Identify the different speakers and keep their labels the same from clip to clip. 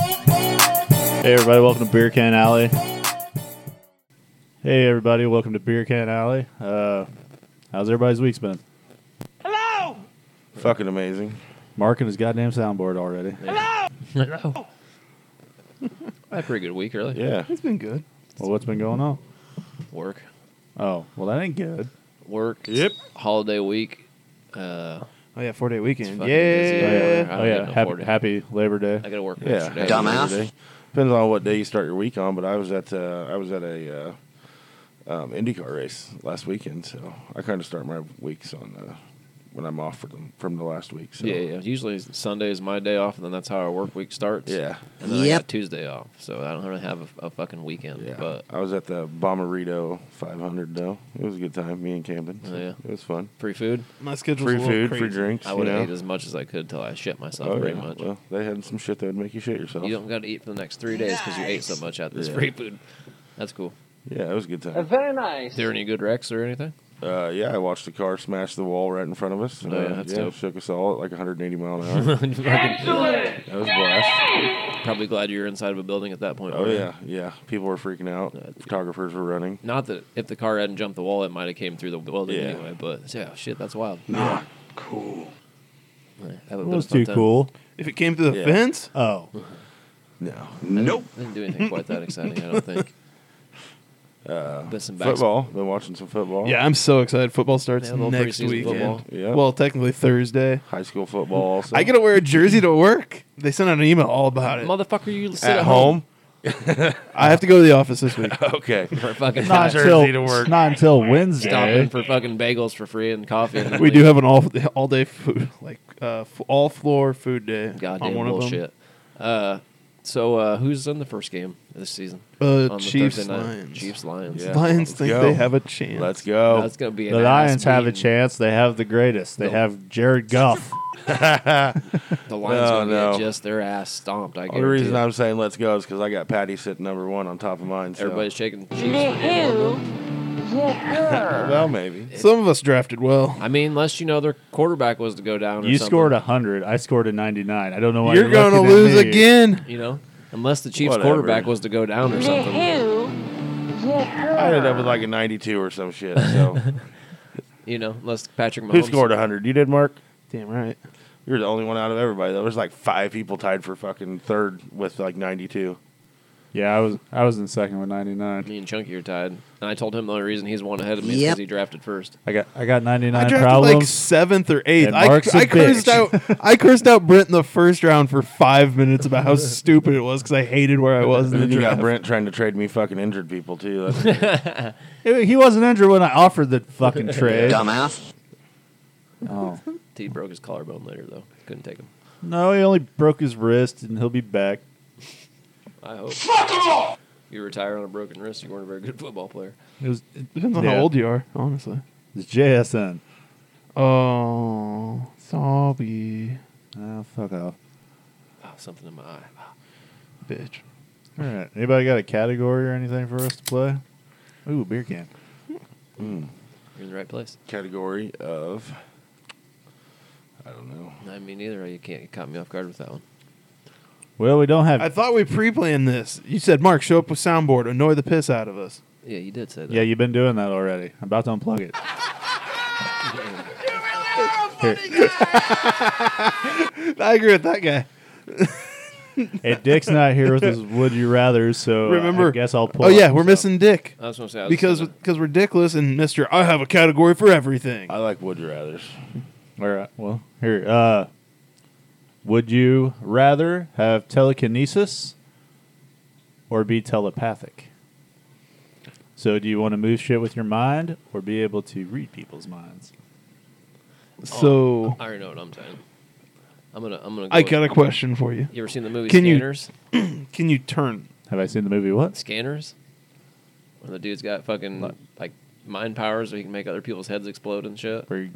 Speaker 1: Hey everybody, welcome to Beer Can Alley. Hey everybody, welcome to Beer Can Alley. Uh, how's everybody's week's been?
Speaker 2: Fucking amazing.
Speaker 1: Marking his goddamn soundboard already.
Speaker 3: I had a pretty good week, really.
Speaker 2: Yeah.
Speaker 4: It's been good.
Speaker 1: Well, what's been going on?
Speaker 3: Work,
Speaker 1: Oh, well that ain't good.
Speaker 3: work.
Speaker 2: Yep.
Speaker 3: Holiday week. Uh,
Speaker 4: Oh yeah, four day weekend.
Speaker 3: fucking busy.
Speaker 1: Oh yeah,
Speaker 4: Yeah.
Speaker 3: I
Speaker 1: oh,
Speaker 3: don't
Speaker 1: yeah.
Speaker 3: get no
Speaker 1: happy,
Speaker 3: board.
Speaker 1: happy Labor Day.
Speaker 3: I got to work
Speaker 2: Yeah.
Speaker 3: yesterday.
Speaker 2: Happy Labor Day. Depends on what day you start your week on, but I was at uh, I was at a uh, um, IndyCar race last weekend, so I kind of start my weeks on uh, when I'm off from them, from the last week. So.
Speaker 3: Yeah, yeah. Usually Sunday is my day off, and then that's how our work week starts.
Speaker 2: yeah,
Speaker 3: And then I
Speaker 5: Yep.
Speaker 3: got Tuesday off, so I don't really have a, a fucking weekend.
Speaker 2: yeah.
Speaker 3: But
Speaker 2: I was at the Bomberito 500 though. It was a good time. Me and Camden.
Speaker 3: Oh, yeah.
Speaker 2: it was fun.
Speaker 3: free food,
Speaker 4: My schedule's
Speaker 2: Free
Speaker 4: a little
Speaker 2: food,
Speaker 4: crazy.
Speaker 2: free drinks.
Speaker 3: I would
Speaker 2: you
Speaker 3: have
Speaker 2: know?
Speaker 3: ate as much as I could till I shit myself,
Speaker 2: Oh,
Speaker 3: pretty
Speaker 2: yeah.
Speaker 3: much.
Speaker 2: Well, they had some shit that would make you shit yourself.
Speaker 3: you don't got to eat for the next three days because you ate so much out of this
Speaker 2: Yeah.
Speaker 3: free food. That's cool.
Speaker 2: Yeah, it was a good time.
Speaker 3: Is there any good wrecks or anything?
Speaker 2: Uh, yeah, I watched the car smash the wall right in front of us.
Speaker 3: Oh,
Speaker 2: uh,
Speaker 3: yeah, that's dope.
Speaker 2: shook us all at like 180 mile an hour.
Speaker 3: Excellent.
Speaker 2: that was a blast.
Speaker 3: Probably glad you were inside of a building at that point.
Speaker 2: Oh
Speaker 3: right?
Speaker 2: yeah, yeah. People were freaking out. Photographers were running.
Speaker 3: Not that if the car hadn't jumped the wall, it might have came through the building
Speaker 2: Yeah.
Speaker 3: anyway. But yeah, shit, that's wild.
Speaker 2: Yeah,
Speaker 3: Yeah, that would've
Speaker 1: That
Speaker 3: been a
Speaker 1: was
Speaker 3: fun
Speaker 1: too
Speaker 3: time.
Speaker 1: cool.
Speaker 4: If it came through the
Speaker 2: Yeah.
Speaker 4: fence,
Speaker 1: Oh,
Speaker 2: no.
Speaker 3: Nope. Didn't do anything quite that exciting, I don't think. Uh, but some basketball.
Speaker 2: Football. Been watching some football.
Speaker 4: yeah, I'm so excited. Football starts
Speaker 3: Yeah, a little
Speaker 4: next
Speaker 3: preseason
Speaker 4: weekend.
Speaker 3: football.
Speaker 2: Yeah.
Speaker 4: Well, technically Thursday.
Speaker 2: High school football. Also.
Speaker 4: I gotta wear a jersey to work. They sent out an email all about it.
Speaker 3: Motherfucker, you sit
Speaker 4: at home. I have to go to the office this week.
Speaker 2: okay.
Speaker 3: for fucking
Speaker 1: not until not until Wednesday.
Speaker 3: stopping for fucking bagels for free and coffee. And then
Speaker 4: we
Speaker 3: leave.
Speaker 4: do have an all all day food like uh, f- all floor food day.
Speaker 3: goddamn
Speaker 4: on one
Speaker 3: bullshit. Uh, so uh, who's in the first game this season?
Speaker 4: Of them. Uh,
Speaker 3: On the
Speaker 4: Chiefs
Speaker 3: Thursday night?
Speaker 4: Lions.
Speaker 3: Chiefs Lions.
Speaker 2: Yeah. Oh,
Speaker 4: Lions
Speaker 2: Let's
Speaker 4: think
Speaker 2: go.
Speaker 4: they have a chance.
Speaker 2: Let's go.
Speaker 3: That's gonna be an
Speaker 1: The Lions have a
Speaker 3: ass-beating.
Speaker 1: chance. They have the greatest. They
Speaker 3: No.
Speaker 1: have Jared Goff.
Speaker 3: The Lions
Speaker 2: No,
Speaker 3: gonna
Speaker 2: no.
Speaker 3: get just their ass stomped. I
Speaker 2: the
Speaker 3: guarantee.
Speaker 2: reason
Speaker 3: it.
Speaker 2: I'm saying let's go is because I got Patty sitting number one on top of mine. So.
Speaker 3: everybody's shaking. Chiefs.
Speaker 2: well, maybe.
Speaker 4: Some of us drafted well.
Speaker 3: I mean, unless you know their quarterback was to go down. Or
Speaker 1: You
Speaker 3: something,
Speaker 1: scored a hundred. I scored a ninety-nine. I don't know why
Speaker 4: You're
Speaker 1: going to
Speaker 4: gonna lose again.
Speaker 3: You know, unless the Chiefs
Speaker 2: Whatever.
Speaker 3: quarterback was to go down or something.
Speaker 2: I ended up with like a 92 or some shit. So
Speaker 3: You know, unless Patrick Mahomes.
Speaker 2: who scored 100? You did, Mark.
Speaker 4: Damn right.
Speaker 2: You're the only one out of everybody. There was like five people tied for fucking third with like 92.
Speaker 1: Yeah, I was I was in second with ninety-nine.
Speaker 3: Me and Chunky are tied, and I told him the only reason he's one ahead of me is
Speaker 5: Yep.
Speaker 3: because he drafted first.
Speaker 1: I got I got
Speaker 4: I
Speaker 1: ninety-nine
Speaker 4: drafted like
Speaker 1: problems.
Speaker 4: seventh or eighth.
Speaker 1: And
Speaker 4: I,
Speaker 1: Mark's a
Speaker 4: I cursed
Speaker 1: bitch.
Speaker 4: out. I cursed out Brent in the first round for five minutes about how stupid it was because I hated where I was. In
Speaker 2: And
Speaker 4: the
Speaker 2: then you got
Speaker 4: draft.
Speaker 2: Brent trying to trade me fucking injured people too. That's,
Speaker 1: He- he wasn't injured when I offered the fucking trade.
Speaker 5: Dumbass.
Speaker 1: Oh.
Speaker 3: He broke his collarbone later though. Couldn't take him.
Speaker 1: No, he only broke his wrist, and he'll be back.
Speaker 3: I hope. You retire on a broken wrist. You weren't a very good football player.
Speaker 1: It was it
Speaker 4: Depends on
Speaker 1: Yeah.
Speaker 4: how old you are, honestly.
Speaker 1: was JSN.
Speaker 4: Oh, sorry,
Speaker 1: Oh, fuck off.
Speaker 3: Ah, something in my eye. Ah.
Speaker 4: bitch.
Speaker 1: All right. Anybody got a category or anything for us to play? Ooh, beer can.
Speaker 3: You're in the right place.
Speaker 2: category of I don't know.
Speaker 3: I mean, neither. You can't. You caught me off guard with that one.
Speaker 1: Well, we don't have.
Speaker 4: I thought we pre-planned this. You said, Mark, show up with soundboard, annoy the piss out of us.
Speaker 3: Yeah, you did say that.
Speaker 1: yeah, you've been doing that already. I'm about to unplug it.
Speaker 4: I agree with that guy.
Speaker 1: Hey, Dick's not here with his would you rather, so
Speaker 4: Remember?
Speaker 1: I guess I'll pull.
Speaker 4: Oh yeah,
Speaker 1: up
Speaker 4: we're
Speaker 1: some.
Speaker 4: missing Dick
Speaker 3: I was gonna say Oh, I was
Speaker 4: because
Speaker 3: gonna-
Speaker 4: because we're dickless and Mister. I have a category for everything.
Speaker 2: I like would you rather's.
Speaker 1: All right. Well, here. Uh, would you rather have telekinesis or be telepathic? So, do you want to move shit with your mind or be able to read people's minds?
Speaker 4: So
Speaker 3: Oh, I already know what I'm saying. I'm gonna. I'm gonna. Go
Speaker 4: I
Speaker 3: with-
Speaker 4: got a question for you.
Speaker 3: You ever seen the movie
Speaker 4: Can you-
Speaker 3: Scanners?
Speaker 4: Can you turn?
Speaker 1: Have I seen the movie? What?
Speaker 3: Scanners. Where the dude's got fucking like mind powers, where he can make other people's heads explode and shit.
Speaker 1: Where you-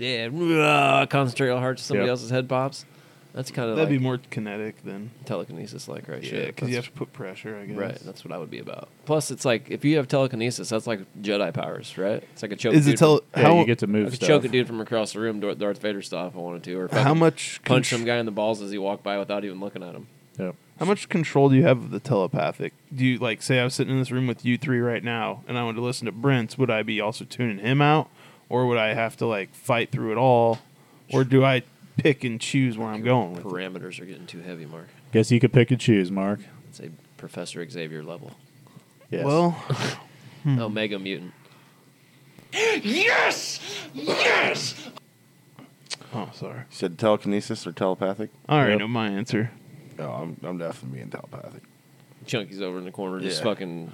Speaker 3: Yeah, rah, concentrate real hard so somebody
Speaker 1: Yep.
Speaker 3: else's head pops. That's kind of
Speaker 4: That'd be
Speaker 3: like
Speaker 4: more kinetic than
Speaker 3: telekinesis, like right?
Speaker 4: yeah,
Speaker 3: shit.
Speaker 4: because you have to
Speaker 3: That's-
Speaker 4: put pressure. I guess.
Speaker 3: right. That's what I would be about. Plus, it's like if you have telekinesis, that's like Jedi powers, right? It's like a choke.
Speaker 4: Is
Speaker 3: dude
Speaker 4: it tele?
Speaker 1: yeah,
Speaker 4: how
Speaker 1: you get to
Speaker 3: From,
Speaker 1: move
Speaker 3: I could
Speaker 1: stuff.
Speaker 3: choke a dude from across the room, Dor- Darth Vader style, if I wanted to, or if I
Speaker 4: how
Speaker 3: could
Speaker 4: much
Speaker 3: punch
Speaker 4: contr-
Speaker 3: some guy in the balls as he walked by without even looking at him.
Speaker 1: Yep.
Speaker 4: How much control do you have of the telepathic? Do you like say I was sitting in this room with you three right now, and I wanted to listen to Brent's? Would I be also tuning him out, or would I have to like fight through it all, or do I pick and choose where I'm going with? it?
Speaker 3: Parameters are getting too heavy, Mark.
Speaker 1: Guess you could pick and choose, Mark.
Speaker 3: It's a Professor Xavier level.
Speaker 1: Yes.
Speaker 4: Well,
Speaker 3: Omega mutant.
Speaker 4: oh sorry.
Speaker 2: You said telekinesis or telepathic?
Speaker 4: I already
Speaker 1: Yep.
Speaker 4: know my answer.
Speaker 2: No, I'm, I'm definitely being telepathic.
Speaker 3: Chunky's over in the corner, just
Speaker 2: Yeah.
Speaker 3: fucking.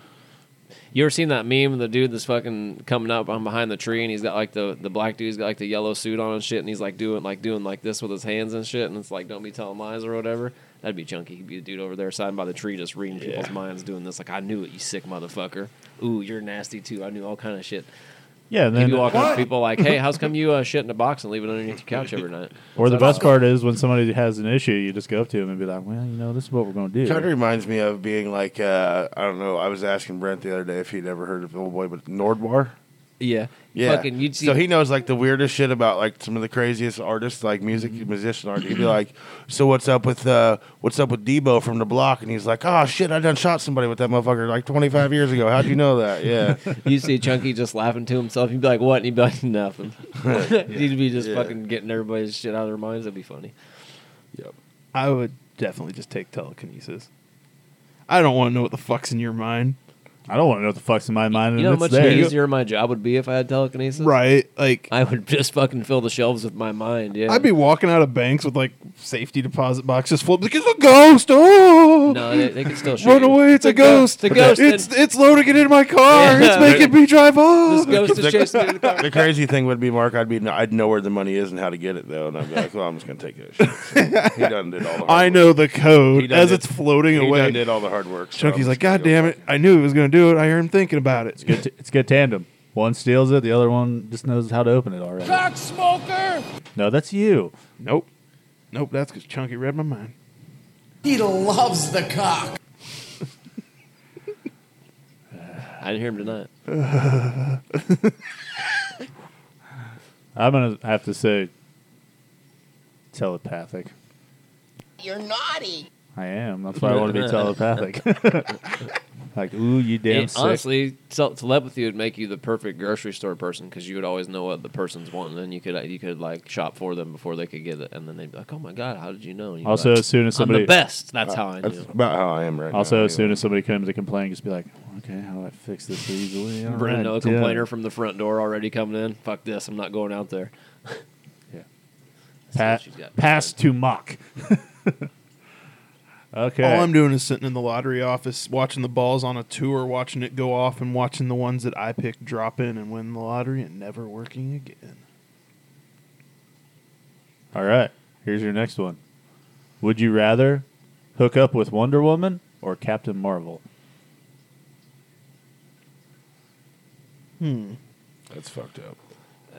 Speaker 3: You ever seen that meme of the dude that's fucking coming up on behind the tree and he's got like the the black dude's got like the yellow suit on and shit and he's like doing like doing like this with his hands and shit and it's like don't be telling lies or whatever. That'd be Chunky. He'd be the dude over there sitting by the tree just reading people's minds doing this like I knew it, you sick motherfucker. Ooh, you're nasty too. I knew all kind of shit.
Speaker 1: yeah, and
Speaker 3: He'd
Speaker 1: then
Speaker 3: be walking up to people like, hey, how's come you uh, shit in a box and leave it underneath your couch every night?
Speaker 1: Or the best part is when somebody has an issue, you just go up to them and be like, "Well, you know, this is what we're going to do."
Speaker 2: Kind of reminds me of being like uh, I don't know. I was asking Brent the other day if he'd ever heard of Old Boy, but Nordbar.
Speaker 3: Yeah,
Speaker 2: Yeah.
Speaker 3: Fucking, you'd see
Speaker 2: so he knows like the weirdest shit about like some of the craziest artists, like music
Speaker 3: Mm-hmm.
Speaker 2: musician artists. He'd be like, "So what's up with uh, what's up with Debo from the block?" And he's like, "Oh shit, I done shot somebody with that motherfucker like 25 years ago. How'd you know that?" Yeah,
Speaker 3: You see Chunky just laughing to himself. You'd be like, "What?" And he'd be like, "Nothing." He'd be just
Speaker 2: Yeah.
Speaker 3: fucking getting everybody's shit out of their minds. That'd be funny.
Speaker 2: yep.
Speaker 4: I would definitely just take telekinesis. I don't want to know what the fuck's in your mind.
Speaker 1: I don't want to know what the fuck's in my mind.
Speaker 3: You
Speaker 1: and
Speaker 3: know how
Speaker 1: it's
Speaker 3: much
Speaker 1: there.
Speaker 3: easier my job would be if I had telekinesis.
Speaker 4: Right? Like
Speaker 3: I would just fucking fill the shelves with my mind. Yeah.
Speaker 4: I'd be walking out of banks with like safety deposit boxes full. Like it's a ghost. Oh
Speaker 3: No, they, they could still shoot
Speaker 4: Run
Speaker 3: you.
Speaker 4: away! It's a ghost.
Speaker 3: The ghost.
Speaker 4: It's
Speaker 3: and-
Speaker 4: it's loading it in my car.
Speaker 3: Yeah.
Speaker 4: It's making me drive off.
Speaker 3: this ghost is chasing you in the car.
Speaker 2: The crazy thing would be, Mark, I'd be I'd know where the money is and how to get it though, and I'd be like, "Well, I'm just gonna take that shit." So he done did all the. Hard
Speaker 4: I
Speaker 2: Work.
Speaker 4: know the
Speaker 2: He
Speaker 4: code
Speaker 2: done
Speaker 4: as
Speaker 2: did-
Speaker 4: it's floating
Speaker 2: He done
Speaker 4: away.
Speaker 2: did all the hard work. so
Speaker 4: Chunky's
Speaker 2: I'm
Speaker 4: like,
Speaker 2: just gonna
Speaker 4: God
Speaker 2: go
Speaker 4: damn it! I knew he was gonna do it. I heard him thinking about it.
Speaker 1: Good t- it's good tandem. One steals it, the other one just knows how to open it already. Cock smoker. No, that's you.
Speaker 4: Nope, nope. That's because Chunky read my mind.
Speaker 5: He loves the cock.
Speaker 3: I didn't hear him tonight.
Speaker 1: I'm gonna have to say telepathic.
Speaker 5: You're naughty.
Speaker 1: I am. That's why I want to be telepathic. like, ooh, you damn
Speaker 3: It-
Speaker 1: sick.
Speaker 3: honestly, tel- telepathy would make you the perfect grocery store person because you would always know what the person's wanting, and you could uh, you could like shop for them before they could get it, and then they'd be like, "Oh my god, how did you know?" And you'd be
Speaker 1: Also,
Speaker 3: like,
Speaker 1: as soon as
Speaker 3: I'm
Speaker 1: somebody-
Speaker 3: the best. That's how I
Speaker 2: Uh, That's
Speaker 3: knew.
Speaker 2: about how I am right now.
Speaker 1: also, as
Speaker 2: anyway.
Speaker 1: soon as somebody comes to complain, just be like, okay, how do I fix this easily? All
Speaker 3: Brent,
Speaker 1: right,
Speaker 3: no
Speaker 1: yeah.
Speaker 3: complainer from the front door already coming in. Fuck this, I'm not going out there.
Speaker 1: Pa-
Speaker 3: She's got-
Speaker 1: pass to mock. okay.
Speaker 4: All I'm doing is sitting in the lottery office, watching the balls on a tour, watching it go off, and watching the ones that I pick drop in and win the lottery, and never working again.
Speaker 1: All right. Here's your next one. Would you rather hook up with Wonder Woman or Captain Marvel?
Speaker 4: Hmm.
Speaker 2: that's fucked up.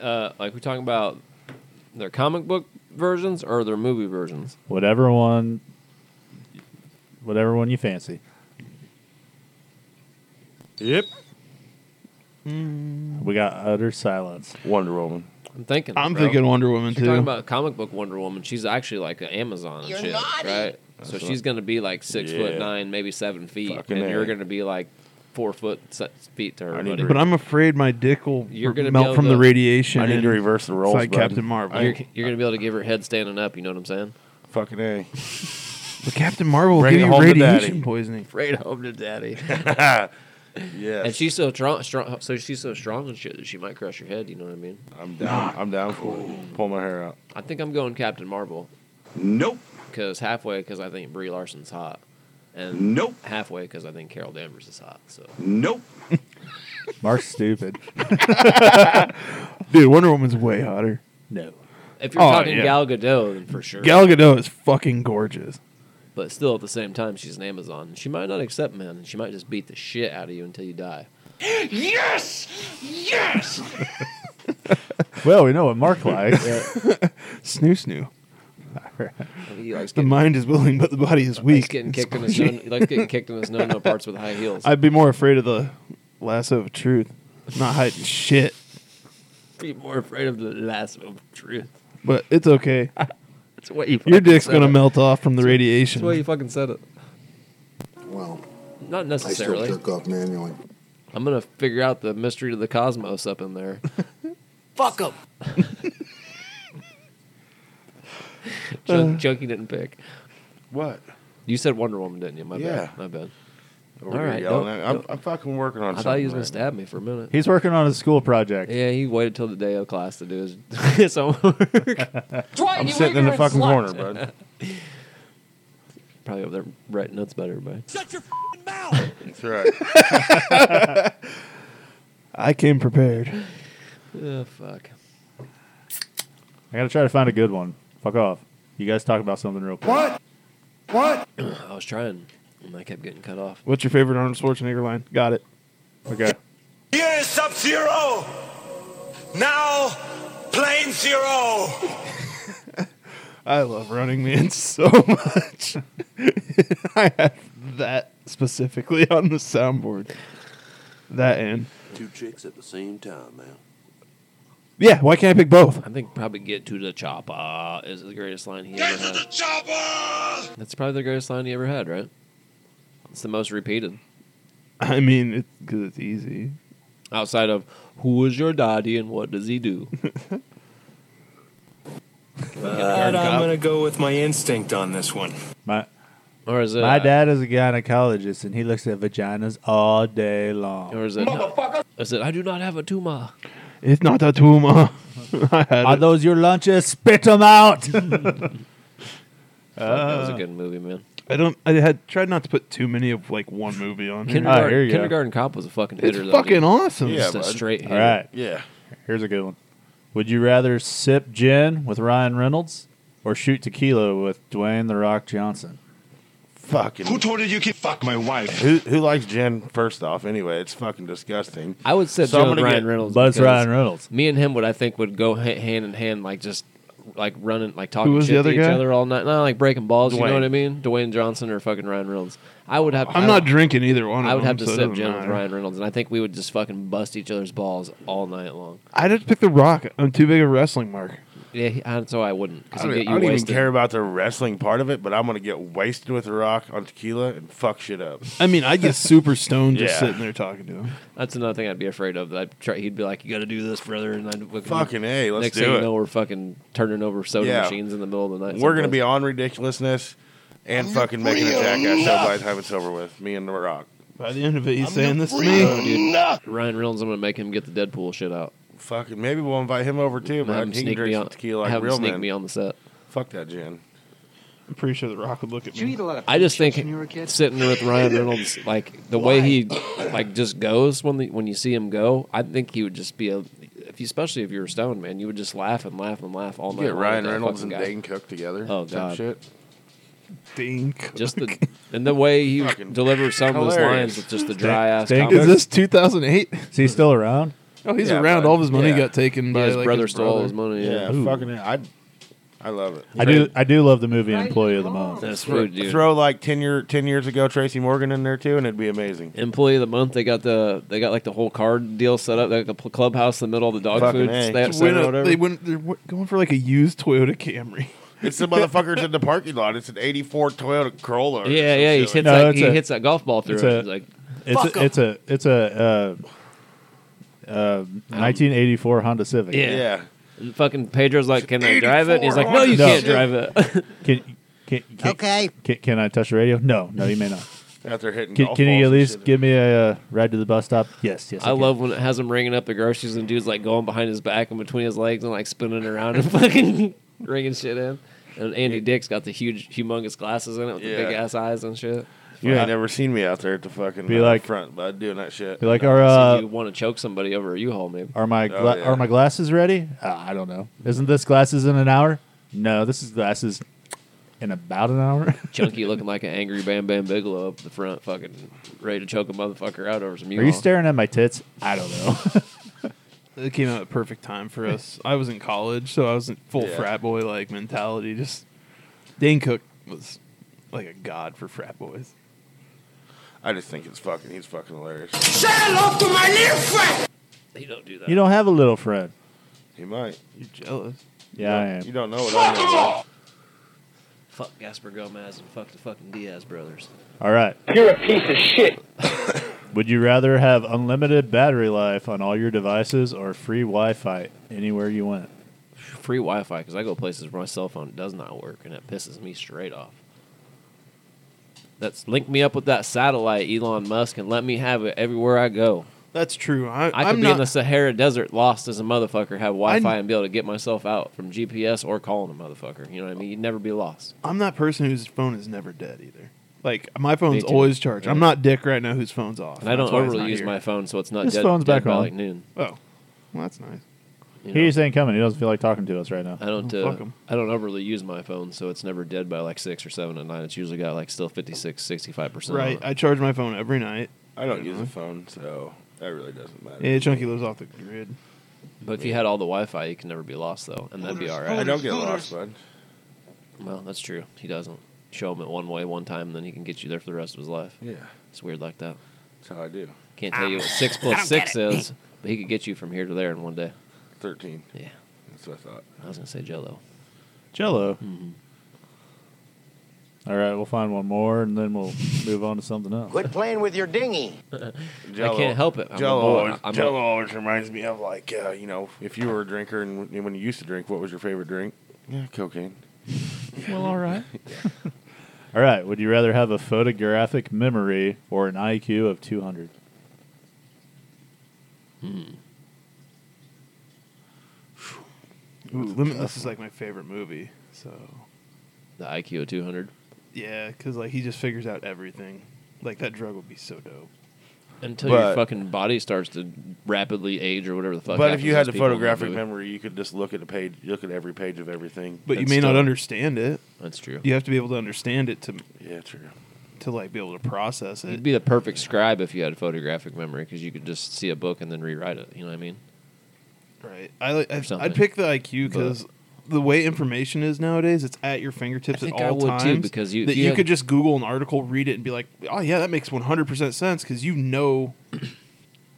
Speaker 3: Uh, like we're talking about their comic book versions or their movie versions.
Speaker 1: Whatever one, whatever one you fancy.
Speaker 2: Yep.
Speaker 1: We got utter silence.
Speaker 2: Wonder Woman.
Speaker 3: I'm thinking.
Speaker 4: I'm
Speaker 3: bro.
Speaker 4: thinking Wonder Woman
Speaker 3: If You're
Speaker 4: too.
Speaker 3: talking about comic book Wonder Woman. She's actually like an Amazon and
Speaker 5: You're
Speaker 3: shit,
Speaker 5: naughty.
Speaker 3: right? So she's gonna be like six foot
Speaker 2: Yeah.
Speaker 3: nine, maybe seven feet,
Speaker 2: Fucking
Speaker 3: and you're
Speaker 2: A.
Speaker 3: gonna be like four foot se- feet to her.
Speaker 2: I need
Speaker 3: buddy.
Speaker 2: to
Speaker 4: but I'm afraid my dick will
Speaker 3: You're gonna be able
Speaker 4: melt from
Speaker 3: to-
Speaker 4: the radiation.
Speaker 2: I need to
Speaker 4: and
Speaker 2: reverse the
Speaker 4: It's
Speaker 2: roles.
Speaker 4: like
Speaker 2: bud.
Speaker 4: Captain Marvel.
Speaker 3: You're, you're gonna be able to give her head standing up. You know what I'm saying?
Speaker 2: Fucking a.
Speaker 4: But Captain Marvel will
Speaker 2: Bring
Speaker 4: give
Speaker 2: it
Speaker 4: you
Speaker 2: home to
Speaker 4: radiation
Speaker 2: daddy.
Speaker 4: poisoning.
Speaker 3: Afraid home to daddy.
Speaker 2: Yeah.
Speaker 3: and she's so strong, strong. So she's so strong and shit that she might crush your head. You know what I mean?
Speaker 2: I'm down. I'm down for it. Pull my hair out.
Speaker 3: I think I'm going Captain Marvel
Speaker 6: Nope.
Speaker 3: because halfway because I think Brie Larson's hot, and
Speaker 6: Nope.
Speaker 3: halfway because I think Carol Danvers is hot. So
Speaker 6: Nope.
Speaker 1: Mark's stupid.
Speaker 4: Dude, Wonder Woman's way hotter.
Speaker 1: No.
Speaker 3: if you're
Speaker 4: Oh,
Speaker 3: talking
Speaker 4: yeah.
Speaker 3: Gal Gadot, then for sure.
Speaker 4: Gal Gadot is fucking gorgeous.
Speaker 3: but still, at the same time, she's an Amazon. She might not accept men. and She might just beat the shit out of you until you die.
Speaker 1: Well, we know what Mark likes.
Speaker 4: Snoo snoo.
Speaker 3: He likes
Speaker 4: The
Speaker 3: getting,
Speaker 4: mind is willing, but the body is
Speaker 3: likes
Speaker 4: weak.
Speaker 3: getting
Speaker 4: It's
Speaker 3: kicked in his
Speaker 4: squishy.
Speaker 3: no, he likes getting kicked in his no no parts with high heels.
Speaker 4: I'd be more afraid of the lasso of truth. I'm not hiding shit,
Speaker 3: be more afraid of the last of truth.
Speaker 4: but it's okay.
Speaker 3: That's what you.
Speaker 4: Your
Speaker 3: fucking
Speaker 4: dick's
Speaker 3: said
Speaker 4: gonna
Speaker 3: it.
Speaker 4: melt off from the
Speaker 3: That's why
Speaker 4: radiation.
Speaker 3: you fucking said it.
Speaker 6: Well,
Speaker 3: Not
Speaker 6: I still
Speaker 3: necessarily.
Speaker 6: jerk off manually.
Speaker 3: I'm gonna figure out the mystery to the cosmos up in there.
Speaker 5: Fuck them.
Speaker 6: Uh.
Speaker 3: Junk, Junkie didn't pick.
Speaker 2: What?
Speaker 3: You said Wonder Woman, didn't you? My
Speaker 2: Yeah.
Speaker 3: bad. My bad.
Speaker 2: Over
Speaker 3: All
Speaker 2: here
Speaker 3: right,
Speaker 2: yelling
Speaker 3: don't-
Speaker 2: at- I'm,
Speaker 3: don't-
Speaker 2: I'm fucking working on
Speaker 3: I
Speaker 2: something.
Speaker 3: thought he was gonna
Speaker 2: right
Speaker 3: stab me for a minute.
Speaker 1: He's working on his school project.
Speaker 3: yeah, he waited till the day of class to do his, his homework.
Speaker 5: Dwight,
Speaker 2: I'm
Speaker 5: you
Speaker 2: sitting in the
Speaker 5: ignorant
Speaker 2: fucking
Speaker 5: slut.
Speaker 2: corner, bud.
Speaker 3: Probably over there writing notes about everybody.
Speaker 5: Shut your fucking mouth.
Speaker 2: That's right.
Speaker 4: I came prepared.
Speaker 3: Oh fuck.
Speaker 1: I gotta try to find a good one. Fuck off. You guys talk about something real quick. What?
Speaker 3: I was trying, and I kept getting cut off.
Speaker 4: What's your favorite Arnold Schwarzenegger line? Got it.
Speaker 1: Okay.
Speaker 7: Here is Sub Zero. Now, Plane Zero.
Speaker 4: I love Running Man so much. I have that specifically on the soundboard. That and
Speaker 8: Two chicks at the same time, man.
Speaker 4: yeah, why can't I pick both?
Speaker 3: I think probably get to the chopper is the greatest line he ever had.
Speaker 7: chopper!
Speaker 3: That's probably the greatest line he ever had, right? It's the most repeated.
Speaker 4: I mean, it's because it's easy.
Speaker 3: Outside of who is your daddy and what does he do?
Speaker 7: But I'm gonna go with my instinct on this one.
Speaker 1: My
Speaker 3: Or is it
Speaker 1: my dad is a gynecologist and he looks at vaginas all day long.
Speaker 3: uh, Or is it Is it I do not have a tumor?
Speaker 4: It's not a tumor. I had
Speaker 1: Are
Speaker 4: it.
Speaker 1: those your lunches? Spit them out.
Speaker 3: Fuck, that was a good movie, man.
Speaker 4: I don't. I had tried not to put too many of like one movie on. Here.
Speaker 1: Alright, here
Speaker 3: Kindergarten,
Speaker 1: you go.
Speaker 3: Kindergarten Cop was a fucking
Speaker 4: It's
Speaker 3: hitter. though,
Speaker 4: fucking
Speaker 3: dude.
Speaker 4: awesome.
Speaker 2: Yeah.
Speaker 3: Just a
Speaker 2: bud.
Speaker 3: straight
Speaker 1: all
Speaker 3: hitter.
Speaker 1: right.
Speaker 2: Yeah.
Speaker 1: Here's a good one. Would you rather sip gin with Ryan Reynolds or shoot tequila with Dwayne the Rock Johnson?
Speaker 2: Fucking. Who,
Speaker 7: told you you could fuck my wife?
Speaker 2: who likes gin? First off, anyway, it's fucking disgusting.
Speaker 3: I would sit
Speaker 2: So I'm
Speaker 3: down with
Speaker 2: gonna
Speaker 3: Ryan
Speaker 2: get-
Speaker 3: Reynolds.
Speaker 1: But it's
Speaker 3: because
Speaker 1: Ryan Reynolds.
Speaker 3: Me and him would I think would go ha- hand in hand, like just like running, like talking
Speaker 4: was
Speaker 3: shit
Speaker 4: the other
Speaker 3: to each
Speaker 4: guy?
Speaker 3: other all night. Not like breaking balls. You
Speaker 2: Dwayne.
Speaker 3: know what I mean? Dwayne Johnson or fucking Ryan Reynolds. I would have.
Speaker 4: I'm
Speaker 3: I-
Speaker 4: not drinking either one. Of
Speaker 3: I would
Speaker 4: them,
Speaker 3: have to
Speaker 4: so it
Speaker 3: sip
Speaker 4: doesn't
Speaker 3: gin with
Speaker 4: matter.
Speaker 3: Ryan Reynolds, and I think we would just fucking bust each other's balls all night long.
Speaker 4: I'd have to pick The Rock. I'm too big a wrestling mark.
Speaker 3: Yeah, he- and so I wouldn't
Speaker 2: I
Speaker 3: because
Speaker 2: don't,
Speaker 3: he'd get
Speaker 2: I
Speaker 3: you
Speaker 2: don't even
Speaker 3: wasted.
Speaker 2: care about the wrestling part of it, but I'm gonna get wasted with the rock on tequila and fuck shit up.
Speaker 4: I mean, I'd get super stoned just
Speaker 2: Yeah.
Speaker 4: sitting there talking to him.
Speaker 3: That's another thing I'd be afraid of. that I'd try, he'd be like, "You got to do this, brother," and I'd
Speaker 2: Fucking a, let's
Speaker 3: next
Speaker 2: do
Speaker 3: thing
Speaker 2: it.
Speaker 3: you know, we're fucking turning over soda
Speaker 2: Yeah.
Speaker 3: machines in the middle of the night.
Speaker 2: We're gonna be
Speaker 3: someplace.
Speaker 2: on ridiculousness and fucking making a jackass show by the time it's over with. Me and the rock.
Speaker 4: By the end of it, he's saying this to me.
Speaker 3: Ryan Reynolds. I'm gonna make him get the Deadpool shit out.
Speaker 2: Fucking maybe we'll invite him over too,
Speaker 3: And have
Speaker 2: but
Speaker 3: him
Speaker 2: he can
Speaker 3: sneak me
Speaker 2: drink
Speaker 3: on.
Speaker 2: some tequila like
Speaker 3: have him
Speaker 2: real
Speaker 3: sneak
Speaker 2: men.
Speaker 3: me on the set.
Speaker 2: Fuck that gin.
Speaker 4: I'm pretty sure The Rock would look at me.
Speaker 3: I just think sitting with Ryan Reynolds, like the way he like just goes when the, when you see him go, I think he would just be a. If you, especially if you're a stone man, you would just laugh and laugh and laugh all night.
Speaker 2: Get
Speaker 3: long
Speaker 2: Ryan
Speaker 3: with that
Speaker 2: Reynolds and
Speaker 3: fucking guy.
Speaker 2: Dane Cook together.
Speaker 3: Oh,
Speaker 2: Some
Speaker 3: God.
Speaker 2: Shit.
Speaker 4: Dink.
Speaker 3: Just the and the way he
Speaker 2: Fucking
Speaker 3: delivers some of his
Speaker 2: hilarious.
Speaker 3: lines with just the dry ass.
Speaker 1: Stan-
Speaker 3: comedy.
Speaker 4: Is this 2008?
Speaker 1: Is he still around?
Speaker 4: Oh, he's
Speaker 2: Yeah,
Speaker 4: around.
Speaker 2: but-
Speaker 4: All of his money
Speaker 2: yeah.
Speaker 4: got taken by
Speaker 3: Yeah, his
Speaker 4: like,
Speaker 3: brother
Speaker 4: his
Speaker 3: stole all his money.
Speaker 2: Yeah,
Speaker 3: Yeah,
Speaker 2: fucking. I, I love it.
Speaker 1: I do. I do love the movie Employee of the Month.
Speaker 3: that's rude, dude.
Speaker 2: Throw like ten year ten years ago Tracy Morgan in there too, and it'd be amazing.
Speaker 3: Employee of the month. They got the they got like the whole card deal set up. Like the pl- clubhouse in the middle of the dog
Speaker 2: Fucking
Speaker 3: food
Speaker 2: A.
Speaker 3: sta-
Speaker 4: Just
Speaker 3: center
Speaker 4: win
Speaker 3: or
Speaker 4: a-
Speaker 3: whatever.
Speaker 4: they went, they're w- going for like a used Toyota Camry.
Speaker 2: It's the motherfuckers in the parking lot. It's an '84 Toyota Corolla. or
Speaker 3: yeah,
Speaker 2: some
Speaker 3: yeah. He
Speaker 2: shit
Speaker 3: hits
Speaker 2: like
Speaker 1: No,
Speaker 3: that.
Speaker 1: it's
Speaker 3: He
Speaker 1: a-
Speaker 3: hits that golf ball through.
Speaker 1: it's
Speaker 3: It.
Speaker 1: a-
Speaker 3: He's like,
Speaker 1: It's a, it's a. It's a. Uh, uh, 1984 Honda Civic.
Speaker 3: Yeah.
Speaker 2: that. yeah.
Speaker 3: and fucking Pedro's like, can I drive it? And he's like, no, you
Speaker 1: No.
Speaker 3: can't drive it.
Speaker 1: Can, can, can,
Speaker 5: Okay.
Speaker 1: Can, can I touch the radio? No. No, you may not.
Speaker 2: Out there hitting.
Speaker 1: Can,
Speaker 2: golf
Speaker 1: can
Speaker 2: balls
Speaker 1: you at
Speaker 2: and
Speaker 1: least
Speaker 2: shit.
Speaker 1: give me a uh, ride to the bus stop? Yes. Yes.
Speaker 3: I love when it has him ringing up the groceries and dude's like going behind his back and between his legs and like spinning around and fucking ringing shit in. And Andy Dick's got the huge, humongous glasses in it with the
Speaker 2: Yeah.
Speaker 3: big ass eyes and shit.
Speaker 2: You
Speaker 1: Yeah.
Speaker 2: ain't never seen me out there at the fucking
Speaker 1: Be
Speaker 2: uh,
Speaker 1: like-
Speaker 2: front, bud, doing that shit.
Speaker 1: Like our
Speaker 3: So
Speaker 1: uh,
Speaker 3: you want to choke somebody over a U-Haul, maybe?
Speaker 1: Are my
Speaker 2: Oh,
Speaker 1: gla-
Speaker 2: yeah.
Speaker 1: are my glasses ready? Uh, I don't know. Isn't this glasses in an hour? No, this is glasses in about an hour.
Speaker 3: Chunky looking like an angry Bam Bam Bigelow up the front, fucking ready to choke a motherfucker out over some.
Speaker 1: Are you staring at my tits? I don't know.
Speaker 4: It came out at perfect time for us. I was in college, so I was in full
Speaker 2: Yeah.
Speaker 4: frat boy like mentality. Just Dane Cook was like a god for frat boys.
Speaker 2: I just think it's fucking. He's fucking hilarious.
Speaker 5: Say hello to my little friend.
Speaker 3: You don't do that.
Speaker 1: you don't have a little friend.
Speaker 2: He might.
Speaker 4: You're jealous.
Speaker 1: Yeah, I
Speaker 2: You
Speaker 1: am.
Speaker 2: don't know what I know. though.
Speaker 3: fuck Gaspar Gomez and fuck the fucking Diaz brothers.
Speaker 1: All right.
Speaker 5: You're a piece of shit.
Speaker 1: Would you rather have unlimited battery life on all your devices or free Wi-Fi anywhere you went?
Speaker 3: Free Wi-Fi because I go places where my cell phone does not work and it pisses me straight off. That's link me up with that satellite, Elon Musk, and let me have it everywhere I go.
Speaker 4: That's true. I,
Speaker 3: I could
Speaker 4: am
Speaker 3: be
Speaker 4: not.
Speaker 3: in the Sahara Desert, lost as a motherfucker, have Wi-Fi
Speaker 4: I-
Speaker 3: and be able to get myself out from GPS or calling a motherfucker. You know what I mean? You'd never be lost.
Speaker 4: I'm that person whose phone is never dead either. Like my phone's
Speaker 3: too.
Speaker 4: always charged. I'm
Speaker 3: Yeah.
Speaker 4: not Dick right now whose phone's off.
Speaker 3: And I don't
Speaker 4: That's why it's
Speaker 3: overly
Speaker 4: not
Speaker 3: use
Speaker 4: here.
Speaker 3: my phone, so it's not
Speaker 1: His
Speaker 3: dead,
Speaker 1: phone's
Speaker 3: dead
Speaker 1: back
Speaker 3: by
Speaker 1: on.
Speaker 3: like noon.
Speaker 4: Oh, well, that's nice.
Speaker 3: you know?
Speaker 1: He just ain't coming. He doesn't feel like talking to us right now.
Speaker 3: I don't.
Speaker 4: Oh, fuck
Speaker 3: uh,
Speaker 4: 'em.
Speaker 3: I don't overly use my phone, so it's never dead by like six or seven at night. It's usually got like still 56, 65 percent.
Speaker 4: right. I charge my phone every night.
Speaker 2: I don't use a phone, so that really doesn't matter.
Speaker 4: Yeah, Chunky lives off the grid.
Speaker 3: but if you had all the Wi-Fi, you can never be lost though, and that'd be all
Speaker 2: I
Speaker 3: right.
Speaker 2: don't get lost, bud.
Speaker 3: Well, that's true. He doesn't show him it one way one time, and then he can get you there for the rest of his life.
Speaker 2: Yeah,
Speaker 3: It's weird like that.
Speaker 2: that's how I do.
Speaker 3: Can't tell you what six plus six is, but he could get you from here to there in one day.
Speaker 2: Thirteen.
Speaker 3: Yeah,
Speaker 2: That's what I thought.
Speaker 3: I was gonna say Jello.
Speaker 1: Jello.
Speaker 5: Mm-hmm.
Speaker 1: All right, we'll find one more, and then we'll move on to something else.
Speaker 5: Quit playing with your dinghy.
Speaker 3: I can't help it. I'm a
Speaker 2: Jello,
Speaker 3: boy.
Speaker 2: always,
Speaker 3: I'm a-
Speaker 2: Jello always reminds me of like uh, you know, if you were a drinker and when- when you used to drink, what was your favorite drink? Yeah, cocaine.
Speaker 1: Well, all right. all right. Would you rather have a photographic memory or an IQ of 200?
Speaker 4: Ooh, Limitless is like my favorite movie. So
Speaker 3: The IQ of two hundred.
Speaker 4: yeah, because like he just figures out everything. Like that drug would be so dope.
Speaker 3: Until your
Speaker 2: But-
Speaker 3: fucking body starts to rapidly age or whatever the fuck.
Speaker 2: but if
Speaker 3: happens
Speaker 2: you
Speaker 3: to
Speaker 2: had
Speaker 3: those
Speaker 2: a
Speaker 3: people in that
Speaker 2: photographic
Speaker 3: movie.
Speaker 2: memory, you could just look at a page, look at every page of everything.
Speaker 4: But you
Speaker 3: That's
Speaker 4: may not
Speaker 3: dope.
Speaker 4: understand it.
Speaker 3: that's true.
Speaker 4: You have to be able to understand it to
Speaker 2: Yeah, true.
Speaker 4: to like be able to process
Speaker 3: You'd
Speaker 4: it.
Speaker 3: be the perfect scribe if you had photographic memory because you could just see a book and then rewrite it. You know what I mean?
Speaker 4: right. I like. I'd,
Speaker 3: something.
Speaker 4: I'd pick the IQ because. The way information is nowadays, it's at your fingertips
Speaker 3: I think
Speaker 4: at
Speaker 3: I
Speaker 4: all
Speaker 3: would
Speaker 4: times.
Speaker 3: too, because you-
Speaker 4: that
Speaker 3: you
Speaker 4: you
Speaker 3: have-
Speaker 4: could just Google an article, read it, and be like, "Oh yeah, that makes one hundred percent sense." Because you know,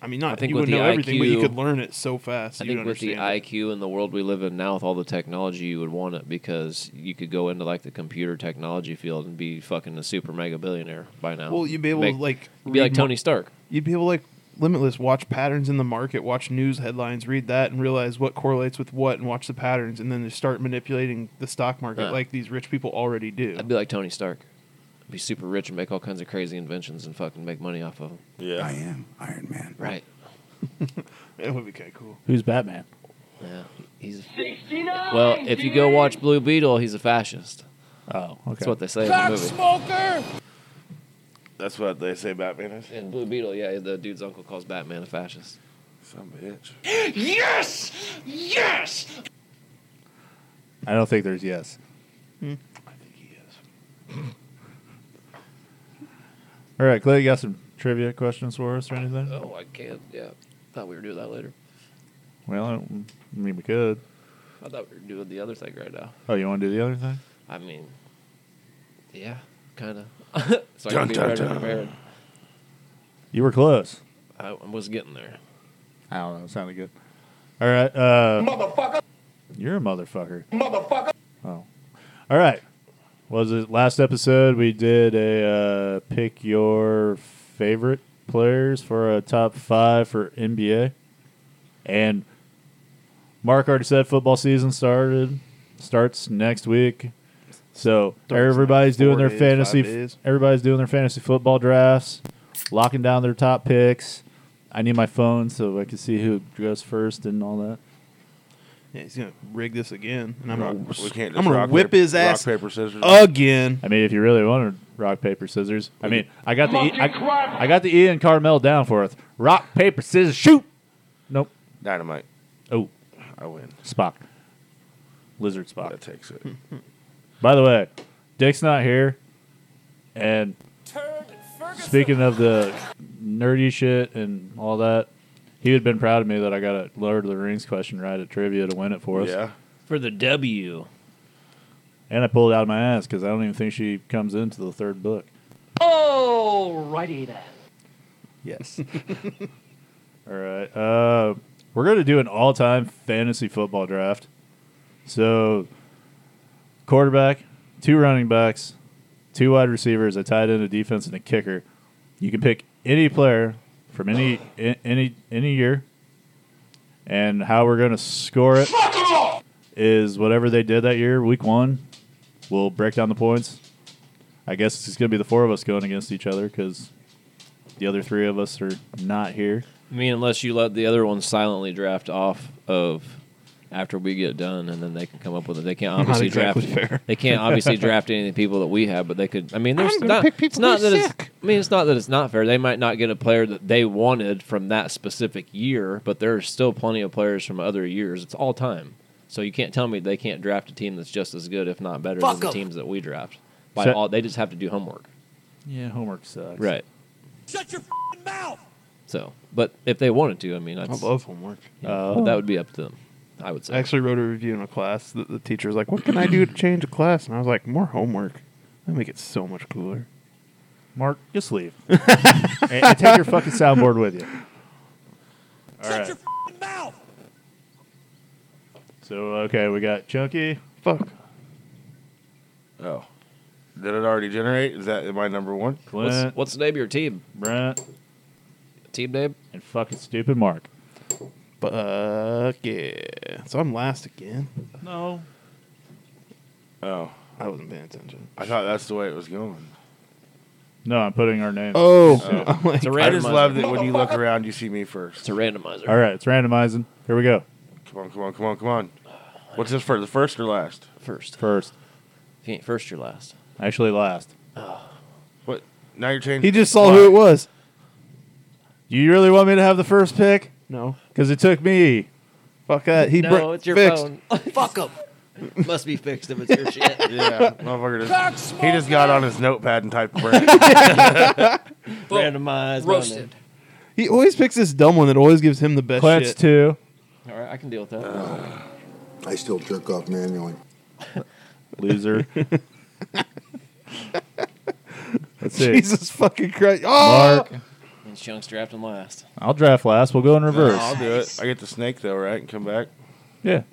Speaker 4: I mean, not
Speaker 3: I think
Speaker 4: you
Speaker 3: with
Speaker 4: would
Speaker 3: the
Speaker 4: know everything, but you
Speaker 3: IQ
Speaker 4: could learn it so fast.
Speaker 3: I
Speaker 4: you
Speaker 3: think with the IQ and the world we live in now, with all the technology, you would want it because you could go into like the computer technology field and be fucking a super mega billionaire by now.
Speaker 4: Well, you'd be able
Speaker 3: Make-
Speaker 4: to like
Speaker 3: you'd be like
Speaker 4: read
Speaker 3: Tony
Speaker 4: mar-
Speaker 3: Stark.
Speaker 4: You'd be able to like limitless watch patterns in the market, watch news headlines, read that, and realize what correlates with what, and watch the patterns, and then just start manipulating the stock market
Speaker 3: Yeah.
Speaker 4: like these rich people already do.
Speaker 3: I'd be like Tony Stark. Be super rich and make all kinds of crazy inventions and fucking make money off of them.
Speaker 2: Yeah,
Speaker 6: am Iron Man.
Speaker 3: Right.
Speaker 4: It would be kind of cool.
Speaker 1: Who's Batman?
Speaker 3: Yeah. He's well. If you go watch Blue Beetle, he's a fascist.
Speaker 1: Oh, okay.
Speaker 3: That's what they say in the movie.
Speaker 2: that's what they say Batman is.
Speaker 3: In Blue Beetle, yeah, the dude's uncle calls Batman a fascist.
Speaker 2: Some bitch.
Speaker 5: Yes! Yes!
Speaker 1: I don't think there's yes.
Speaker 4: I think he is.
Speaker 1: All right, Clay, you got some trivia questions for us or anything?
Speaker 4: Uh-huh.
Speaker 3: Oh, I can't. Yeah, thought we were doing that later.
Speaker 1: Well, I don't- I mean, we could.
Speaker 3: I thought we were doing the other thing right now.
Speaker 1: Oh, you want to do the other thing?
Speaker 3: I mean, yeah, kind of. so I can
Speaker 2: Dun,
Speaker 3: be
Speaker 2: dun,
Speaker 3: better
Speaker 2: dun.
Speaker 3: prepared.
Speaker 1: You were close.
Speaker 3: I I was getting there.
Speaker 1: I don't know. It sounded good. All right. Uh,
Speaker 5: Motherfucker!
Speaker 1: you're a motherfucker. Oh.
Speaker 5: Motherfucker!
Speaker 1: All right. Was it last episode we did a uh, pick your favorite players for a top five for NBA? And Mark already said football season started starts next week. So
Speaker 4: Starts
Speaker 1: everybody's
Speaker 4: in like
Speaker 1: doing their
Speaker 4: four days,
Speaker 1: fantasy
Speaker 4: five days.
Speaker 1: everybody's doing their fantasy football drafts, locking down their top picks. I need my phone so I can see who goes first and all that.
Speaker 4: Yeah, he's gonna rig this again, and I'm
Speaker 2: Rock-
Speaker 4: gonna,
Speaker 2: we can't just
Speaker 4: I'm gonna
Speaker 2: rock,
Speaker 4: whip
Speaker 2: paper,
Speaker 4: his ass
Speaker 2: Rock, paper, scissors.
Speaker 4: again.
Speaker 1: I mean, if you really wanted rock paper scissors, I mean, I got the e- I, I got the Ian Carmel down for it. Rock paper scissors shoot. Nope.
Speaker 2: Dynamite.
Speaker 1: Oh,
Speaker 2: I win.
Speaker 1: Spock. Lizard Spock.
Speaker 2: That takes it.
Speaker 1: By the way, Dick's not here. And speaking of the nerdy shit and all that, he had been proud of me that I got a Lord of the Rings question right at trivia to win it for us.
Speaker 2: Yeah.
Speaker 3: For the W.
Speaker 1: And I pulled it out of my ass because I don't even think she comes into the third book.
Speaker 9: Alrighty then.
Speaker 4: Yes.
Speaker 1: All right. Uh, we're going to do an all time fantasy football draft. So, quarterback, two running backs, two wide receivers, a tight end, a defense, and a kicker. You can pick any player from any a- any any year. And how we're going to score it is whatever they did that year, week one. We'll break down the points. I guess it's going to be the four of us going against each other because the other three of us are not here.
Speaker 3: I mean, unless you let the other one silently draft off of after we get done, and then they can come up with it. They can't
Speaker 4: Not
Speaker 3: obviously
Speaker 4: exactly
Speaker 3: draft.
Speaker 4: fair.
Speaker 3: They can't obviously draft any of the people that we have, but they could. I mean, there's
Speaker 4: I'm gonna
Speaker 3: not.
Speaker 4: pick people
Speaker 3: it's not
Speaker 4: who are
Speaker 3: that it's.
Speaker 4: sick.
Speaker 3: I mean, it's not that it's not fair. They might not get a player that they wanted from that specific year, but there's still plenty of players from other years. It's all time, so you can't tell me they can't draft a team that's just as good, if not better, than the teams that we draft. By
Speaker 1: So-
Speaker 3: all, they just have to do homework.
Speaker 1: Yeah, homework sucks.
Speaker 3: Right. Shut your mouth. So, but if they wanted to, I mean,
Speaker 4: I
Speaker 3: that's,
Speaker 4: love homework.
Speaker 1: Uh,
Speaker 3: but that would be up to them. I would say.
Speaker 4: I actually wrote a review in a class that the teacher was like, "What can I do to change a class?" And I was like, "More homework. That make it so much cooler."
Speaker 1: Mark, just leave. and, and take your fucking soundboard with you. All right. So okay, we got Chunky.
Speaker 4: Fuck.
Speaker 2: Oh. Did it already generate? Is that my number one?
Speaker 1: Clint,
Speaker 3: what's, what's the name of your team?
Speaker 1: Brent,
Speaker 3: Team name?
Speaker 1: and fucking stupid Mark.
Speaker 4: Fuck yeah. So I'm last again.
Speaker 1: No.
Speaker 2: Oh.
Speaker 4: I wasn't paying attention.
Speaker 2: I thought that's the way it was going.
Speaker 1: No, I'm putting our name.
Speaker 4: Oh,
Speaker 2: Oh.
Speaker 4: I'm like,
Speaker 3: It's a randomizer.
Speaker 2: I just love that when you look around, you see me
Speaker 3: It's
Speaker 2: first.
Speaker 3: a randomizer.
Speaker 1: All right, it's randomizing. Here we go.
Speaker 2: Come on, come on, come on, come on. What's this for? The first or last?
Speaker 3: First.
Speaker 1: First,
Speaker 3: If you ain't first, you're last.
Speaker 1: actually
Speaker 3: Oh,
Speaker 1: last.
Speaker 2: What? Now you're changing.
Speaker 4: he just saw who it was.
Speaker 1: Do you really want me to have the first pick?
Speaker 4: No,
Speaker 1: Because it took me.
Speaker 4: fuck that. He
Speaker 3: No,
Speaker 4: br-
Speaker 3: it's your
Speaker 4: fixed.
Speaker 3: phone. Fuck them. Must be fixed if it's your shit.
Speaker 2: Yeah, motherfucker. Just, he just got on his notepad and typed Brent.
Speaker 3: Randomized.
Speaker 9: Roasted.
Speaker 4: He always picks this dumb one that always gives him the best
Speaker 1: Clint's
Speaker 4: shit.
Speaker 1: two.
Speaker 3: All right, I can deal with that.
Speaker 6: I still jerk off manually.
Speaker 1: Loser. Let's see.
Speaker 4: Jesus fucking Christ! Oh,
Speaker 1: Mark.
Speaker 3: Means Chunk's drafting last.
Speaker 1: I'll draft last. We'll go in reverse.
Speaker 4: Oh,
Speaker 2: I'll do it. I get the snake though, right? And come back.
Speaker 1: Yeah.